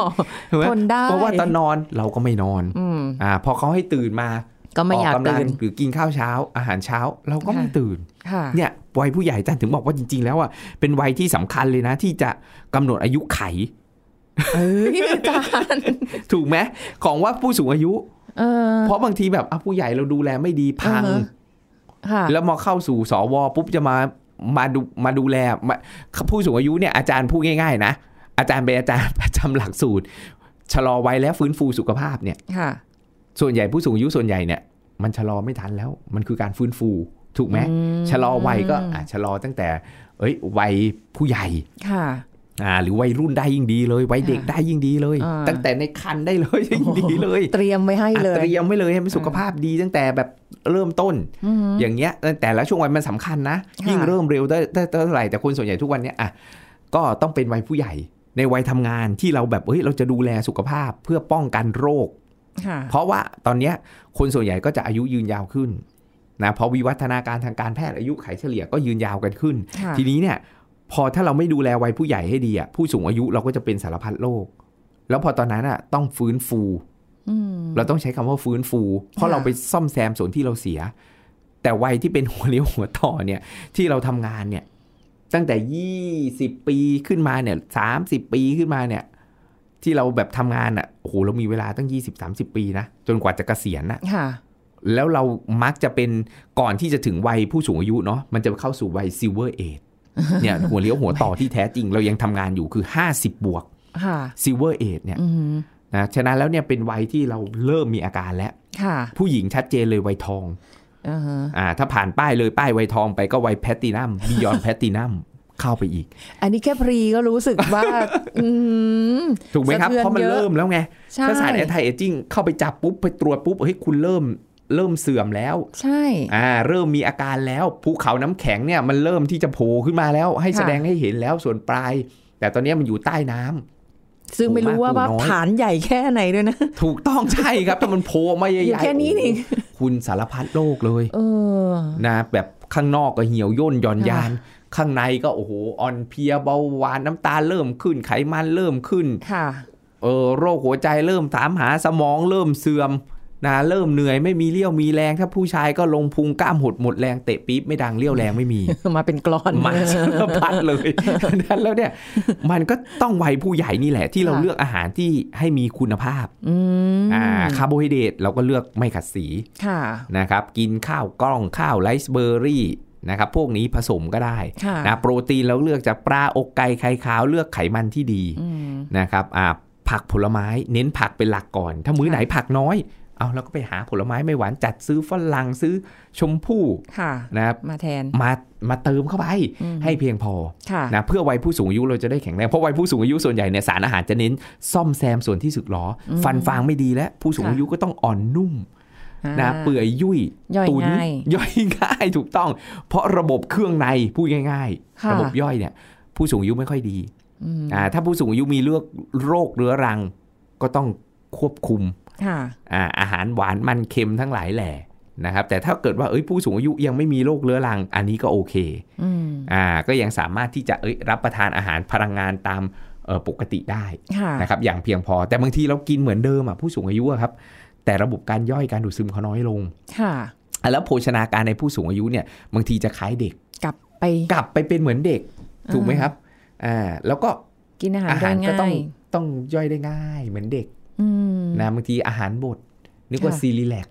[SPEAKER 2] ถูกไหม
[SPEAKER 3] ทนได้
[SPEAKER 2] เพราะว่าตอนนอนเราก็ไม่นอน
[SPEAKER 3] อืม
[SPEAKER 2] อ่าพอเขาให้ตื่นมา
[SPEAKER 3] ก็ไม่อยาก
[SPEAKER 2] กำลั
[SPEAKER 3] ตื่น
[SPEAKER 2] หรือกินข้าวเช้า อาหารเช้าเราก็ไม่
[SPEAKER 3] ค่ะ
[SPEAKER 2] ตื่น
[SPEAKER 3] ค่ะ
[SPEAKER 2] เนี่ยวัยผู้ใหญ่อาจารย์ถึงบอกว่าจริง ๆ แล้วอ่ะเป็นวัยที่สำคัญเลยนะ ที่จะกำหนดอายุไข
[SPEAKER 3] เอ้ย อาจารย์
[SPEAKER 2] ถูกไหมของว่าผู้สูงอายุ
[SPEAKER 3] เออ
[SPEAKER 2] เพราะบางทีแบบอ่ะผู้ใหญ่เราดูแลไม่ดีพัง
[SPEAKER 3] อือฮะ ค่ะ
[SPEAKER 2] แล้วมาเข้าสู่สวปุ๊บจะมามาดูมาดูแลมาผู้สูงอายุเนี่ยอาจารย์พูดง่ายๆนะ อาจารย์เป็นอาจารย์ ประจำหลักสูตร ชะลอวัยและฟื้นฟูสุขภาพเนี่ย
[SPEAKER 3] ค่ะ
[SPEAKER 2] ส่วนใหญ่ผู้สูงอายุส่วนใหญ่เนี่ย มันชะลอไม่ทันแล้ว มันคือการฟื้นฟูถูกไหม
[SPEAKER 3] อืม
[SPEAKER 2] ชะลอวัยก็อ่ะชะลอตั้งแต่ เอ้ยวัยผู้ใหญ่
[SPEAKER 3] ค่ะ
[SPEAKER 2] อ่าหรือวัยรุ่นได้ยิ่งดีเลยวัยเด็ก
[SPEAKER 3] ค่ะ
[SPEAKER 2] ได้ยิ่งดีเลย
[SPEAKER 3] อ่า
[SPEAKER 2] ตั้งแต่ในคันได้เลย ยิ่งดีเลย
[SPEAKER 3] เตรียมไว้ให้เล
[SPEAKER 2] อ่ะ
[SPEAKER 3] ย
[SPEAKER 2] เตรียมไว้เลยให้มันสุขภาพดีตั้งแต่แบบเริ่มต้น
[SPEAKER 3] อือหือ
[SPEAKER 2] อย่างเงี้ยเออแต่ละช่วงวัยมันสำคัญนะ
[SPEAKER 3] ค่ะ
[SPEAKER 2] ยิ่งเริ่มเร็วได้ได้ได้เท่าไหร่แต่คนส่วนใหญ่ทุกวันเนี้ยอ่ะก็ต้องเป็นวัยผู้ใหญ่ ในวัยทำงานที่เราแบบเฮ้ยเราจะดูแลสุขภาพเพื่อป้องกันโรค
[SPEAKER 3] ค่ะ
[SPEAKER 2] เพราะว่าตอนเนี้ยคนส่วนใหญ่ก็จะอายุยืนยาวขึ้นนะเพราะวิวัฒนาการทางการแพทย์อายุไขเฉลี่ยก็ยืนยาวกันขึ้น
[SPEAKER 3] ค่ะ
[SPEAKER 2] ทีนี้เนี่ยพอถ้าเราไม่ดูแลวัยผู้ใหญ่ให้ดีอ่ะผู้สูงอายุเราก็จะเป็นสารพัดโรคแล้วพอตอนนั้นอ่ะต้องฟื้นฟู
[SPEAKER 3] อืม
[SPEAKER 2] เราต้องใช้คำว่าฟื้นฟู เพราะ
[SPEAKER 3] ค่ะ
[SPEAKER 2] เราไปซ่อมแซมส่วนที่เราเสีย แต่วัยที่เป็นหัวเลี้ยวหัวต่อเนี่ยที่เราทำงานเนี่ยตั้งแต่ยี่สิบปีขึ้นมาเนี่ยสามสิบปีขึ้นมาเนี่ยที่เราแบบทำงานอ่ะโอ้โหเรามีเวลาตั้งยี่สิบสามสิบปีนะจนกว่าจะเกษียณนะ
[SPEAKER 3] ค่ะ
[SPEAKER 2] แล้วเรามักจะเป็นก่อนที่จะถึงวัยผู้สูงอายุเนาะมันจะเข้าสู่วัยซิลเวอร์เอจ เนี่ยหัวเลี้ยวหัวต่อที่แท้จริง เรายังทำงานอยู่คือ 50 บวก
[SPEAKER 3] ค่ะ
[SPEAKER 2] ซิลเวอร์เอจเนี่ย
[SPEAKER 3] อืม
[SPEAKER 2] นะฉะนั้นแล้วเนี่ยเป็นวัยที่เราเริ่มมีอาการแล้ว
[SPEAKER 3] ค่ะ
[SPEAKER 2] ผู้หญิงชัดเจนเลยวัยทอง
[SPEAKER 3] อ่าฮะ
[SPEAKER 2] อ่าถ้าผ่านป้ายเลยป้ายวัยทองไปก็วัยแพลตตินัมบิยอนแพลตตินัมเข้าไปอีก
[SPEAKER 3] อันนี้แค่พรีก็รู้สึก ว่า อืม
[SPEAKER 2] ถูกไหมครับ
[SPEAKER 3] สะเทือน
[SPEAKER 2] เพราะมัน
[SPEAKER 3] เยอะ
[SPEAKER 2] เริ่มแล้วไง
[SPEAKER 3] ใช่
[SPEAKER 2] ถ้าสารแอนตี้เอจิ้งเข้าไปจับปุ๊บไปตรวจปุ๊บเฮ้ยคุณเริ่มเริ่มเสื่อมแล้ว
[SPEAKER 3] ใช่
[SPEAKER 2] อ่าเริ่มมีอาการแล้วภูเขาน้ำแข็งเนี่ยมันเริ่มที่จะโผล่ขึ้นมาแล้ว ให้
[SPEAKER 3] ค่ะ
[SPEAKER 2] แสดงให้เห็นแล้วส่วนปลาย แต่ตอนเนี้ยมันอยู่ใต้น้ำ
[SPEAKER 3] ซึ่งไม่รู้ว่า
[SPEAKER 2] ปู่มาก
[SPEAKER 3] ว่า
[SPEAKER 2] ปู่น้อย
[SPEAKER 3] ฐานใหญ่แค่ไหนด้วยนะ
[SPEAKER 2] ถูกต้องใช่ครับ ถ้ามันโผล่ออกมาใหญ่
[SPEAKER 3] อยู่
[SPEAKER 2] ๆ
[SPEAKER 3] แค่นี้นี่
[SPEAKER 2] โอ้โหคุณสารพัดโลกเลย
[SPEAKER 3] เออ
[SPEAKER 2] นะแบบข้างนอกก็เหี่ยวย่นหย่อน
[SPEAKER 3] ค่ะ
[SPEAKER 2] ยาน ข้างในก็โอ้โหอ่อนเพลียเบาหวานน้ำตาเริ่มขึ้นไขมันเริ่มขึ้น
[SPEAKER 3] ค่ะ
[SPEAKER 2] เออโรคหัวใจเริ่มถามหาสมองเริ่มเสื่อมนะเริ่มเหนื่อยไม่มีเรี่ยวมีแรง ถ้าผู้ชายก็ลงพุงกล้ามหดหมดแรงเตะปี๊บไม่ดังเรี่ยวแรงไม่มี
[SPEAKER 3] มาเป็นกรอน
[SPEAKER 2] มาสารพัดเลย นั้นแล้วเนี่ยมันก็ต้องวัยผู้ใหญ่นี่แหละ ที่เราเลือกอาหารที่ให้มีคุณภาพ
[SPEAKER 3] อืม
[SPEAKER 2] อ่าคาร์โบไฮเดรตเราก็เลือกไม่ขัดสี
[SPEAKER 3] ค่ะ
[SPEAKER 2] นะครับ กินข้าวกล้องข้าวไรซ์เบอร์รี่นะครับพวกนี้ผสมก็ได้
[SPEAKER 3] ค่ะ
[SPEAKER 2] นะโปรตีนเราเลือกจากปลาอกไก่ไข่ขาวเลือกไขมันที่ดี
[SPEAKER 3] อืม
[SPEAKER 2] นะครับอ่าผักผลไม้เน้นผักเป็นหลักก่อน ถ้ามื้อ
[SPEAKER 3] ค่ะ
[SPEAKER 2] ไหนผักน้อยเอาเราก็ไปหาผลไม้ไม่หวานจัดซื้อฝรั่งซื้อชมพู่
[SPEAKER 3] ค่ะ
[SPEAKER 2] นะครับ
[SPEAKER 3] มาแทน
[SPEAKER 2] มามาเติมเข้าไป
[SPEAKER 3] อืม
[SPEAKER 2] ให้เพียงพอ
[SPEAKER 3] ค่ะ
[SPEAKER 2] นะเพื่อวัยผู้สูงอายุเราจะได้แข็งแรงเพราะวัยผู้สูงอายุส่วนใหญ่เนี่ยสารอาหารจะเน้นซ่อมแซมส่วนที่สึกหรออฟันฟางไม่ดีและผู้สูง
[SPEAKER 3] ค่ะ
[SPEAKER 2] อายุก็ต้องอ่อนนุ่มนะ
[SPEAKER 3] อ่า
[SPEAKER 2] เปื่อยยุ่ย
[SPEAKER 3] ย่อย
[SPEAKER 2] ตุน
[SPEAKER 3] ง่าย
[SPEAKER 2] ย่อยง่าย ถูกต้อง เพราะระบบเครื่องในพูดง่าย
[SPEAKER 3] ค่ะ
[SPEAKER 2] ๆ ระบบย่อยเนี่ย ผู้สูงอายุไม่ค่อยดี
[SPEAKER 3] อืม
[SPEAKER 2] อ่าถ้าผู้สูงอายุมีเลือกโรคเรื้อรัง ก็ต้องควบคุม
[SPEAKER 3] ค่ะ
[SPEAKER 2] อ่าอาหารหวานมันเค็มทั้งหลายแหล่นะครับแต่ถ้าเกิดว่าเอ้ยผู้สูงอายุยังไม่มีโรคเรื้อรัง อันนี้ก็โอเค
[SPEAKER 3] อืม
[SPEAKER 2] อ่าก็ยังสามารถที่จะเอ้ยรับประทานอาหารพลังงานตามเอ่อปกติได้
[SPEAKER 3] ค่ะ
[SPEAKER 2] นะครับอย่างเพียงพอแต่บางทีเรากินเหมือนเดิมอ่ะผู้สูงอายุอะครับ แต่ระบบการย่อยการดูดซึมเขาน้อยลง
[SPEAKER 3] ค่ะ
[SPEAKER 2] อ่ะแล้วโภชนาการในผู้สูงอายุเนี่ยบางทีจะคล้ายเด็ก
[SPEAKER 3] กลับไป
[SPEAKER 2] กลับไปเป็นเหมือนเด็ก
[SPEAKER 3] อ่า
[SPEAKER 2] ถูกไหมครับอ่าแล้วก็
[SPEAKER 3] กินอาหาร
[SPEAKER 2] อา
[SPEAKER 3] ได้
[SPEAKER 2] หารก็
[SPEAKER 3] ง่า
[SPEAKER 2] ต้อง
[SPEAKER 3] ย
[SPEAKER 2] ต้องย่อยได้ง่ายเหมือนเด็ก
[SPEAKER 3] อืม
[SPEAKER 2] นะบางทีอาหารบด นึกว่า
[SPEAKER 3] ค่ะ
[SPEAKER 2] ซีรีแลก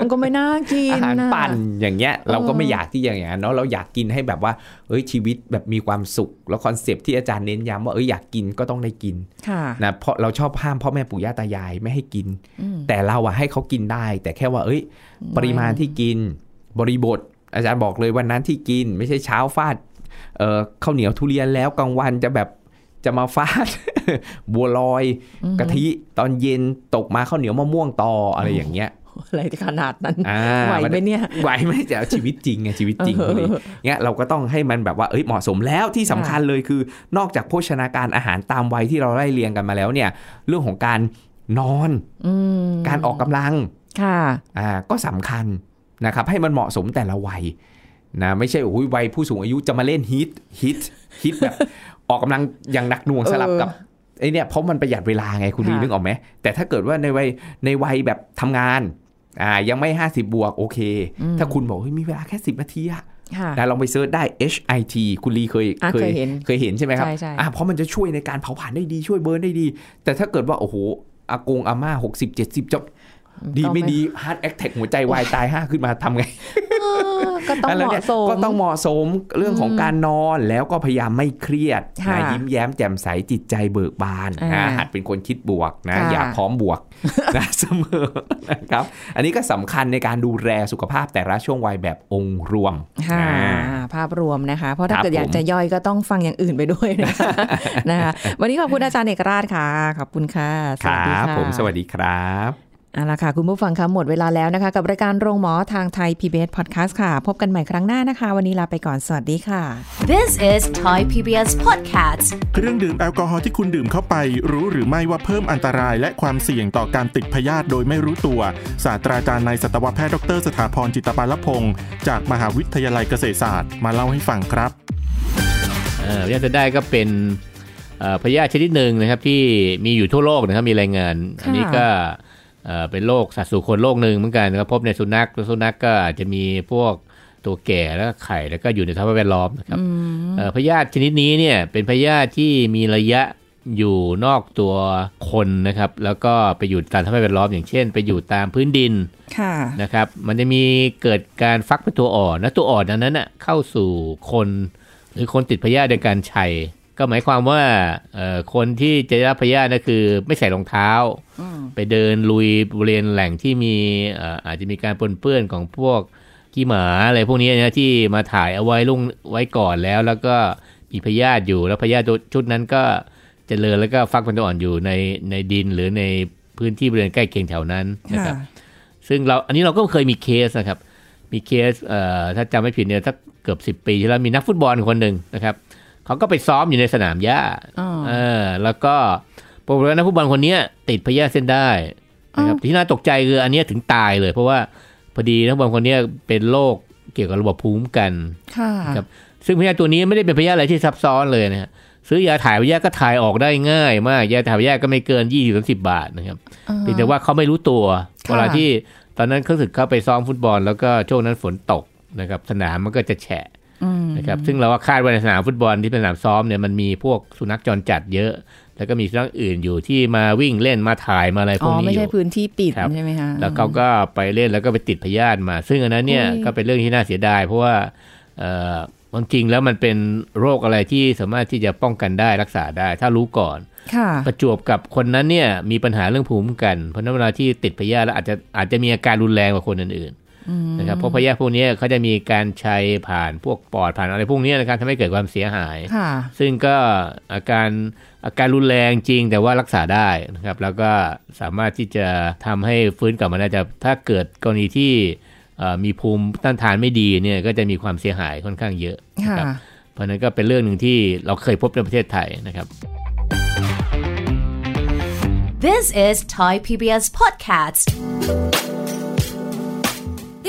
[SPEAKER 3] มันก็ไม่น่ากิน
[SPEAKER 2] อาหาร
[SPEAKER 3] น่ะ
[SPEAKER 2] ปั่นอย่างเงี้ยเราก็ไม่อยากที่อย่างอย่างนั้นเนาะเราอยากกินให้แบบว่าเอ้ยชีวิตแบบมีความสุข แล้วคอนเซปต์ที่อาจารย์เน้นย้ำว่าเอ้ยอยากกินก็ต้องได้กิน
[SPEAKER 3] ค่ะ
[SPEAKER 2] นะเพราะเราชอบห้ามพ่อแม่ปู่ย่าตายายไม่ให้กิน
[SPEAKER 3] อืม
[SPEAKER 2] แต่เราอะให้เขากินได้ แต่แค่ว่าเอ้ย ปริมาณที่กินบริบท อาจารย์บอกเลยวันนั้นที่กิน ไม่ใช่เช้าฟาดเอ่อข้าวเหนียวทุเรียนแล้วกลางวันจะแบบจะมาฟาด บัวลอยกะทิตอนเย็นตกมาข้าวเหนียวมะม่วงต่ออะไรอย่างเงี้ย
[SPEAKER 3] อะไรขนาดนั้น
[SPEAKER 2] อ่า
[SPEAKER 3] ไหวไหม
[SPEAKER 2] ด้
[SPEAKER 3] เนี่ย
[SPEAKER 2] ไหวไหมแต่เอาชีวิตจริงไงชีวิตจริง
[SPEAKER 3] เออ
[SPEAKER 2] เลยเงี้ยเราก็ต้องให้มันแบบว่าเอ้ยเหมาะสมแล้วที่สำคัญเลยคือ นอกจากโภชนาการอาหารตามวัยที่เราไล่เรียงกันมาแล้วเนี่ย เรื่องของการนอน
[SPEAKER 3] อืม
[SPEAKER 2] การออกกำลัง
[SPEAKER 3] ค่ะ
[SPEAKER 2] อ่าก็สำคัญนะครับ ให้มันเหมาะสมแต่ละวัยนะไม่ใช่โอ้ยวัยผู้สูงอายุจะมาเล่นฮิตฮิตฮิตแบบ ออกกำลังอย่างหนักหน่วง
[SPEAKER 3] เออ
[SPEAKER 2] สลับกับไอเนี่ยเพราะมันประหยัดเวลาไงคุณดี
[SPEAKER 3] ค่ะ
[SPEAKER 2] นึกออกไหมแต่ถ้าเกิดว่าในวัยในวัยแบบทำงานอ่ายังไม่ 50 บวกโอเค ถ้าคุณบอกเฮ้ยมีเวลาแค่ 10 นาทีอะ
[SPEAKER 3] ค่ะ
[SPEAKER 2] นะลองไปเซิร์ชได้ HIT คุณลีเคย
[SPEAKER 3] อ่ะเคยเห็น
[SPEAKER 2] เคยเห็นใช่ไหมครับ
[SPEAKER 3] ใช่ใช่
[SPEAKER 2] อ่ะเพราะมันจะช่วยในการเผาผลาญได้ดีช่วยเบิร์นได้ดี แต่ถ้าเกิดว่าโอ้โหอากงอาม่า60 70จะดีไม่ดีฮาร์ดแอคแท็กหัวใจวายตายห้าขึ้นมาทำไง
[SPEAKER 3] เออก็ ต้องเห
[SPEAKER 2] แล้วนี่
[SPEAKER 3] มาะ
[SPEAKER 2] ย
[SPEAKER 3] สม
[SPEAKER 2] ก็ต้องเหมาะสมเรื่องของการนอนแล้วก็พยายามไม่เครียด
[SPEAKER 3] ค่ะ
[SPEAKER 2] นะยิ้มแย้มแจ่มใสจิตใจเบิกบาน
[SPEAKER 3] อ่า
[SPEAKER 2] นะหัดเป็นคนคิดบวกนะ
[SPEAKER 3] ค่ะ
[SPEAKER 2] อย่าพร้อมบว กนะเสมอนะครับ อันนี้ก็สำคัญในการดูแลสุขภาพแต่ละช่วงวัยแบบองค์รวม
[SPEAKER 3] ค่ะ
[SPEAKER 2] อ่า
[SPEAKER 3] ภาพรวมนะคะ เพราะถ้า
[SPEAKER 2] ครับ
[SPEAKER 3] เกิดอยาก
[SPEAKER 2] ผม
[SPEAKER 3] จะย่อยก็ต้องฟังอย่างอื่นไปด้วยนะคะ นะคะวันนี้ขอบคุณอาจารย์เอกราชค่ะ ขอบคุณค่ะส
[SPEAKER 2] คร
[SPEAKER 3] วัสดี
[SPEAKER 2] ับ
[SPEAKER 3] ค่ะ
[SPEAKER 2] ผมสวัสดีครับ
[SPEAKER 3] เอาละค่ะ คุณผู้ฟังคะหมดเวลาแล้วนะคะ กับรายการโรงหมอทางไทย PBS Podcast ค่ะ พบกันใหม่ครั้งหน้านะคะ วันนี้ลาไปก่อนสวัสดีค่ะ
[SPEAKER 1] This is Thai PBS Podcast
[SPEAKER 4] เครื่องดื่มแอลกอฮอล์ที่คุณดื่มเข้าไป รู้หรือไม่ว่าเพิ่มอันตรายและความเสี่ยงต่อการติดพยาธิโดยไม่รู้ตัว ศาสตราจารย์นายสัตวแพทย์ดร สถาพรจิตตปาลพงศ์จากมหาวิทยาลัยเกษตรศาสตร์มาเล่าให้ฟังครับ
[SPEAKER 5] เอ่อพยาธิจะได้ก็เป็นเอ่อพยาธิชนิดหนึ่งนะครับที่มีอยู่ทั่วโลกนะครับมีรายงาน
[SPEAKER 3] ค่ะ
[SPEAKER 5] อันี้ก็เอ่อเป็นโรคสัตว์สู่คนโรคหนึ่งเหมือนกันนะครับพบในสุนัขแล้วสุนัขก็อาจจะมีพวกตัวแก่แล้วก็ไข่แล้วก็อยู่ในสภาพแวดล้อมนะครับเอ่อพยาธิชนิดนี้เนี่ยเป็นพยาธิที่มีระยะอยู่นอกตัวคนนะครับแล้วก็ไปอยู่ตามสภาพแวดล้อมอย่างเช่น ไปอยู่ตามพื้นดิน
[SPEAKER 3] ค่ะ
[SPEAKER 5] นะครับมันจะมีเกิดการฟักเป็นตัวอ่อนนะตัวอ่อนอันนั้นน่ะเข้าสู่คนหรือคนติดพยาธิโดยการชัย ก็หมายความว่าเอ่อคนที่จะได้รับพยาธินั่นคือไม่ใส่รองเท้า ไปเดินลุยบริเวณแหล่งที่มีเอ่ออาจจะมีการปนเปื้อนของพวกขี้หมาอะไรพวกนี้นะที่มาถ่ายเอาไว้ลุ่งไว้ก่อนแล้ว แล้วก็มีพยาธิอยู่แล้วพยาธิตัวชุดนั้นก็เจริญแล้วก็ฟักเป็นตัวอ่อนอยู่ในในดินหรือในพื้นที่บริเวณใกล้เคียงแถวนั้นนะครับ ซึ่งเราอันนี้เราก็เคยมีเคสนะครับ มีเคสเอ่อถ้าจำไม่ผิดเนี่ยสักเกือบ 10 ปีที่แล้วมีนักฟุตบอลคนหนึ่งนะครับเขาก็ไปซ้อมอยู่ในสนามหญ้า
[SPEAKER 3] อ๋อ
[SPEAKER 5] เออแล้วก็ปรากฏว่านักฟุตบอลคนเนี้ยติดพยาธิเส้นได้นะครับที่น่าตกใจคืออันเนี้ยถึงตายเลย เพราะว่าพอดีนักฟุตบอลคนเนี้ยเป็นโรคเกี่ยวกับระบบภูมิคุ้มกัน
[SPEAKER 3] ค่ะ
[SPEAKER 5] ครับ ซึ่งพยาธิตัวนี้ไม่ได้เป็นพยาธิอะไรที่ซับซ้อนเลยนะฮะซื้อยาถ่ายพยาธิก็ถ่ายออกได้ง่ายมาก ยาถ่ายพยาธิก็ไม่เกินยี่สิบสิบบาทนะครับเพียงแต่ว่าเขาไม่รู้ตัว
[SPEAKER 3] ค่ะ
[SPEAKER 5] เวลาที่ตอนนั้นเขาสึกเขาไปซ้อมฟุตบอล แล้วก็ช่วงนั้นฝนตกนะครับสนามมันก็จะแฉะนะครับซึ่งเราก็คาดว่าในสนามฟุตบอลที่เป็นสนามซ้อมเนี่ยมันมีพวกสุนัขจรจัดเยอะ แล้วก็มีสุนัขอื่นอยู่ที่มาวิ่งเล่นมาถ่ายมาอะไรพ
[SPEAKER 3] อ๋
[SPEAKER 5] ว
[SPEAKER 3] อก
[SPEAKER 5] นี้
[SPEAKER 3] ไม่
[SPEAKER 5] อ
[SPEAKER 3] ใช่
[SPEAKER 5] ยู่
[SPEAKER 3] พื้นที่ปิด
[SPEAKER 5] ครับ
[SPEAKER 3] ใช่ไหมคะ
[SPEAKER 5] แล้วเขาก็ไปเล่นแล้วก็ไปติดพยาธิมา ซึ่งอันนั้นเนี่ย
[SPEAKER 3] อุ๊ย
[SPEAKER 5] ก็เป็นเรื่องที่น่าเสียดาย เพราะว่าเอ่อความจริงแล้วมันเป็นโรคอะไรที่สามารถที่จะป้องกันได้รักษาได้ ถ้ารู้ก่อน
[SPEAKER 3] ค่ะ
[SPEAKER 5] ประจวบกับคนนั้นเนี่ยมีปัญหาเรื่องภูมิคุ้มกันเพราะฉะนั้นเวลาที่ติดพยาธิแล้วอาจจะอาจจะมีอาการรุนแรงกว่าคนอื่นๆนะครับเพราะพยาธิพวกเนี้ยเขาจะมีการใช้ผ่านพวกปอดผ่านอะไรพวกเนี้ยนะครับทำให้เกิดความเสียหาย
[SPEAKER 3] ค่ะ
[SPEAKER 5] ซึ่งก็อาการอาการรุนแรงจริงแต่ว่ารักษาได้นะครับ แล้วก็สามารถที่จะทำให้ฟื้นกลับมาได้แต่ถ้าเกิดกรณีที่เอ่อมีภูมิต้านทานไม่ดีเนี่ยก็จะมีความเสียหายค่อนข้างเยอะนะ
[SPEAKER 3] ค่ะ
[SPEAKER 5] ครับเพราะฉะนั้นก็เป็นเรื่องหนึ่งที่เราเคยพบในประเทศไทยนะครับ
[SPEAKER 1] This is Thai PBS Podcast
[SPEAKER 6] ต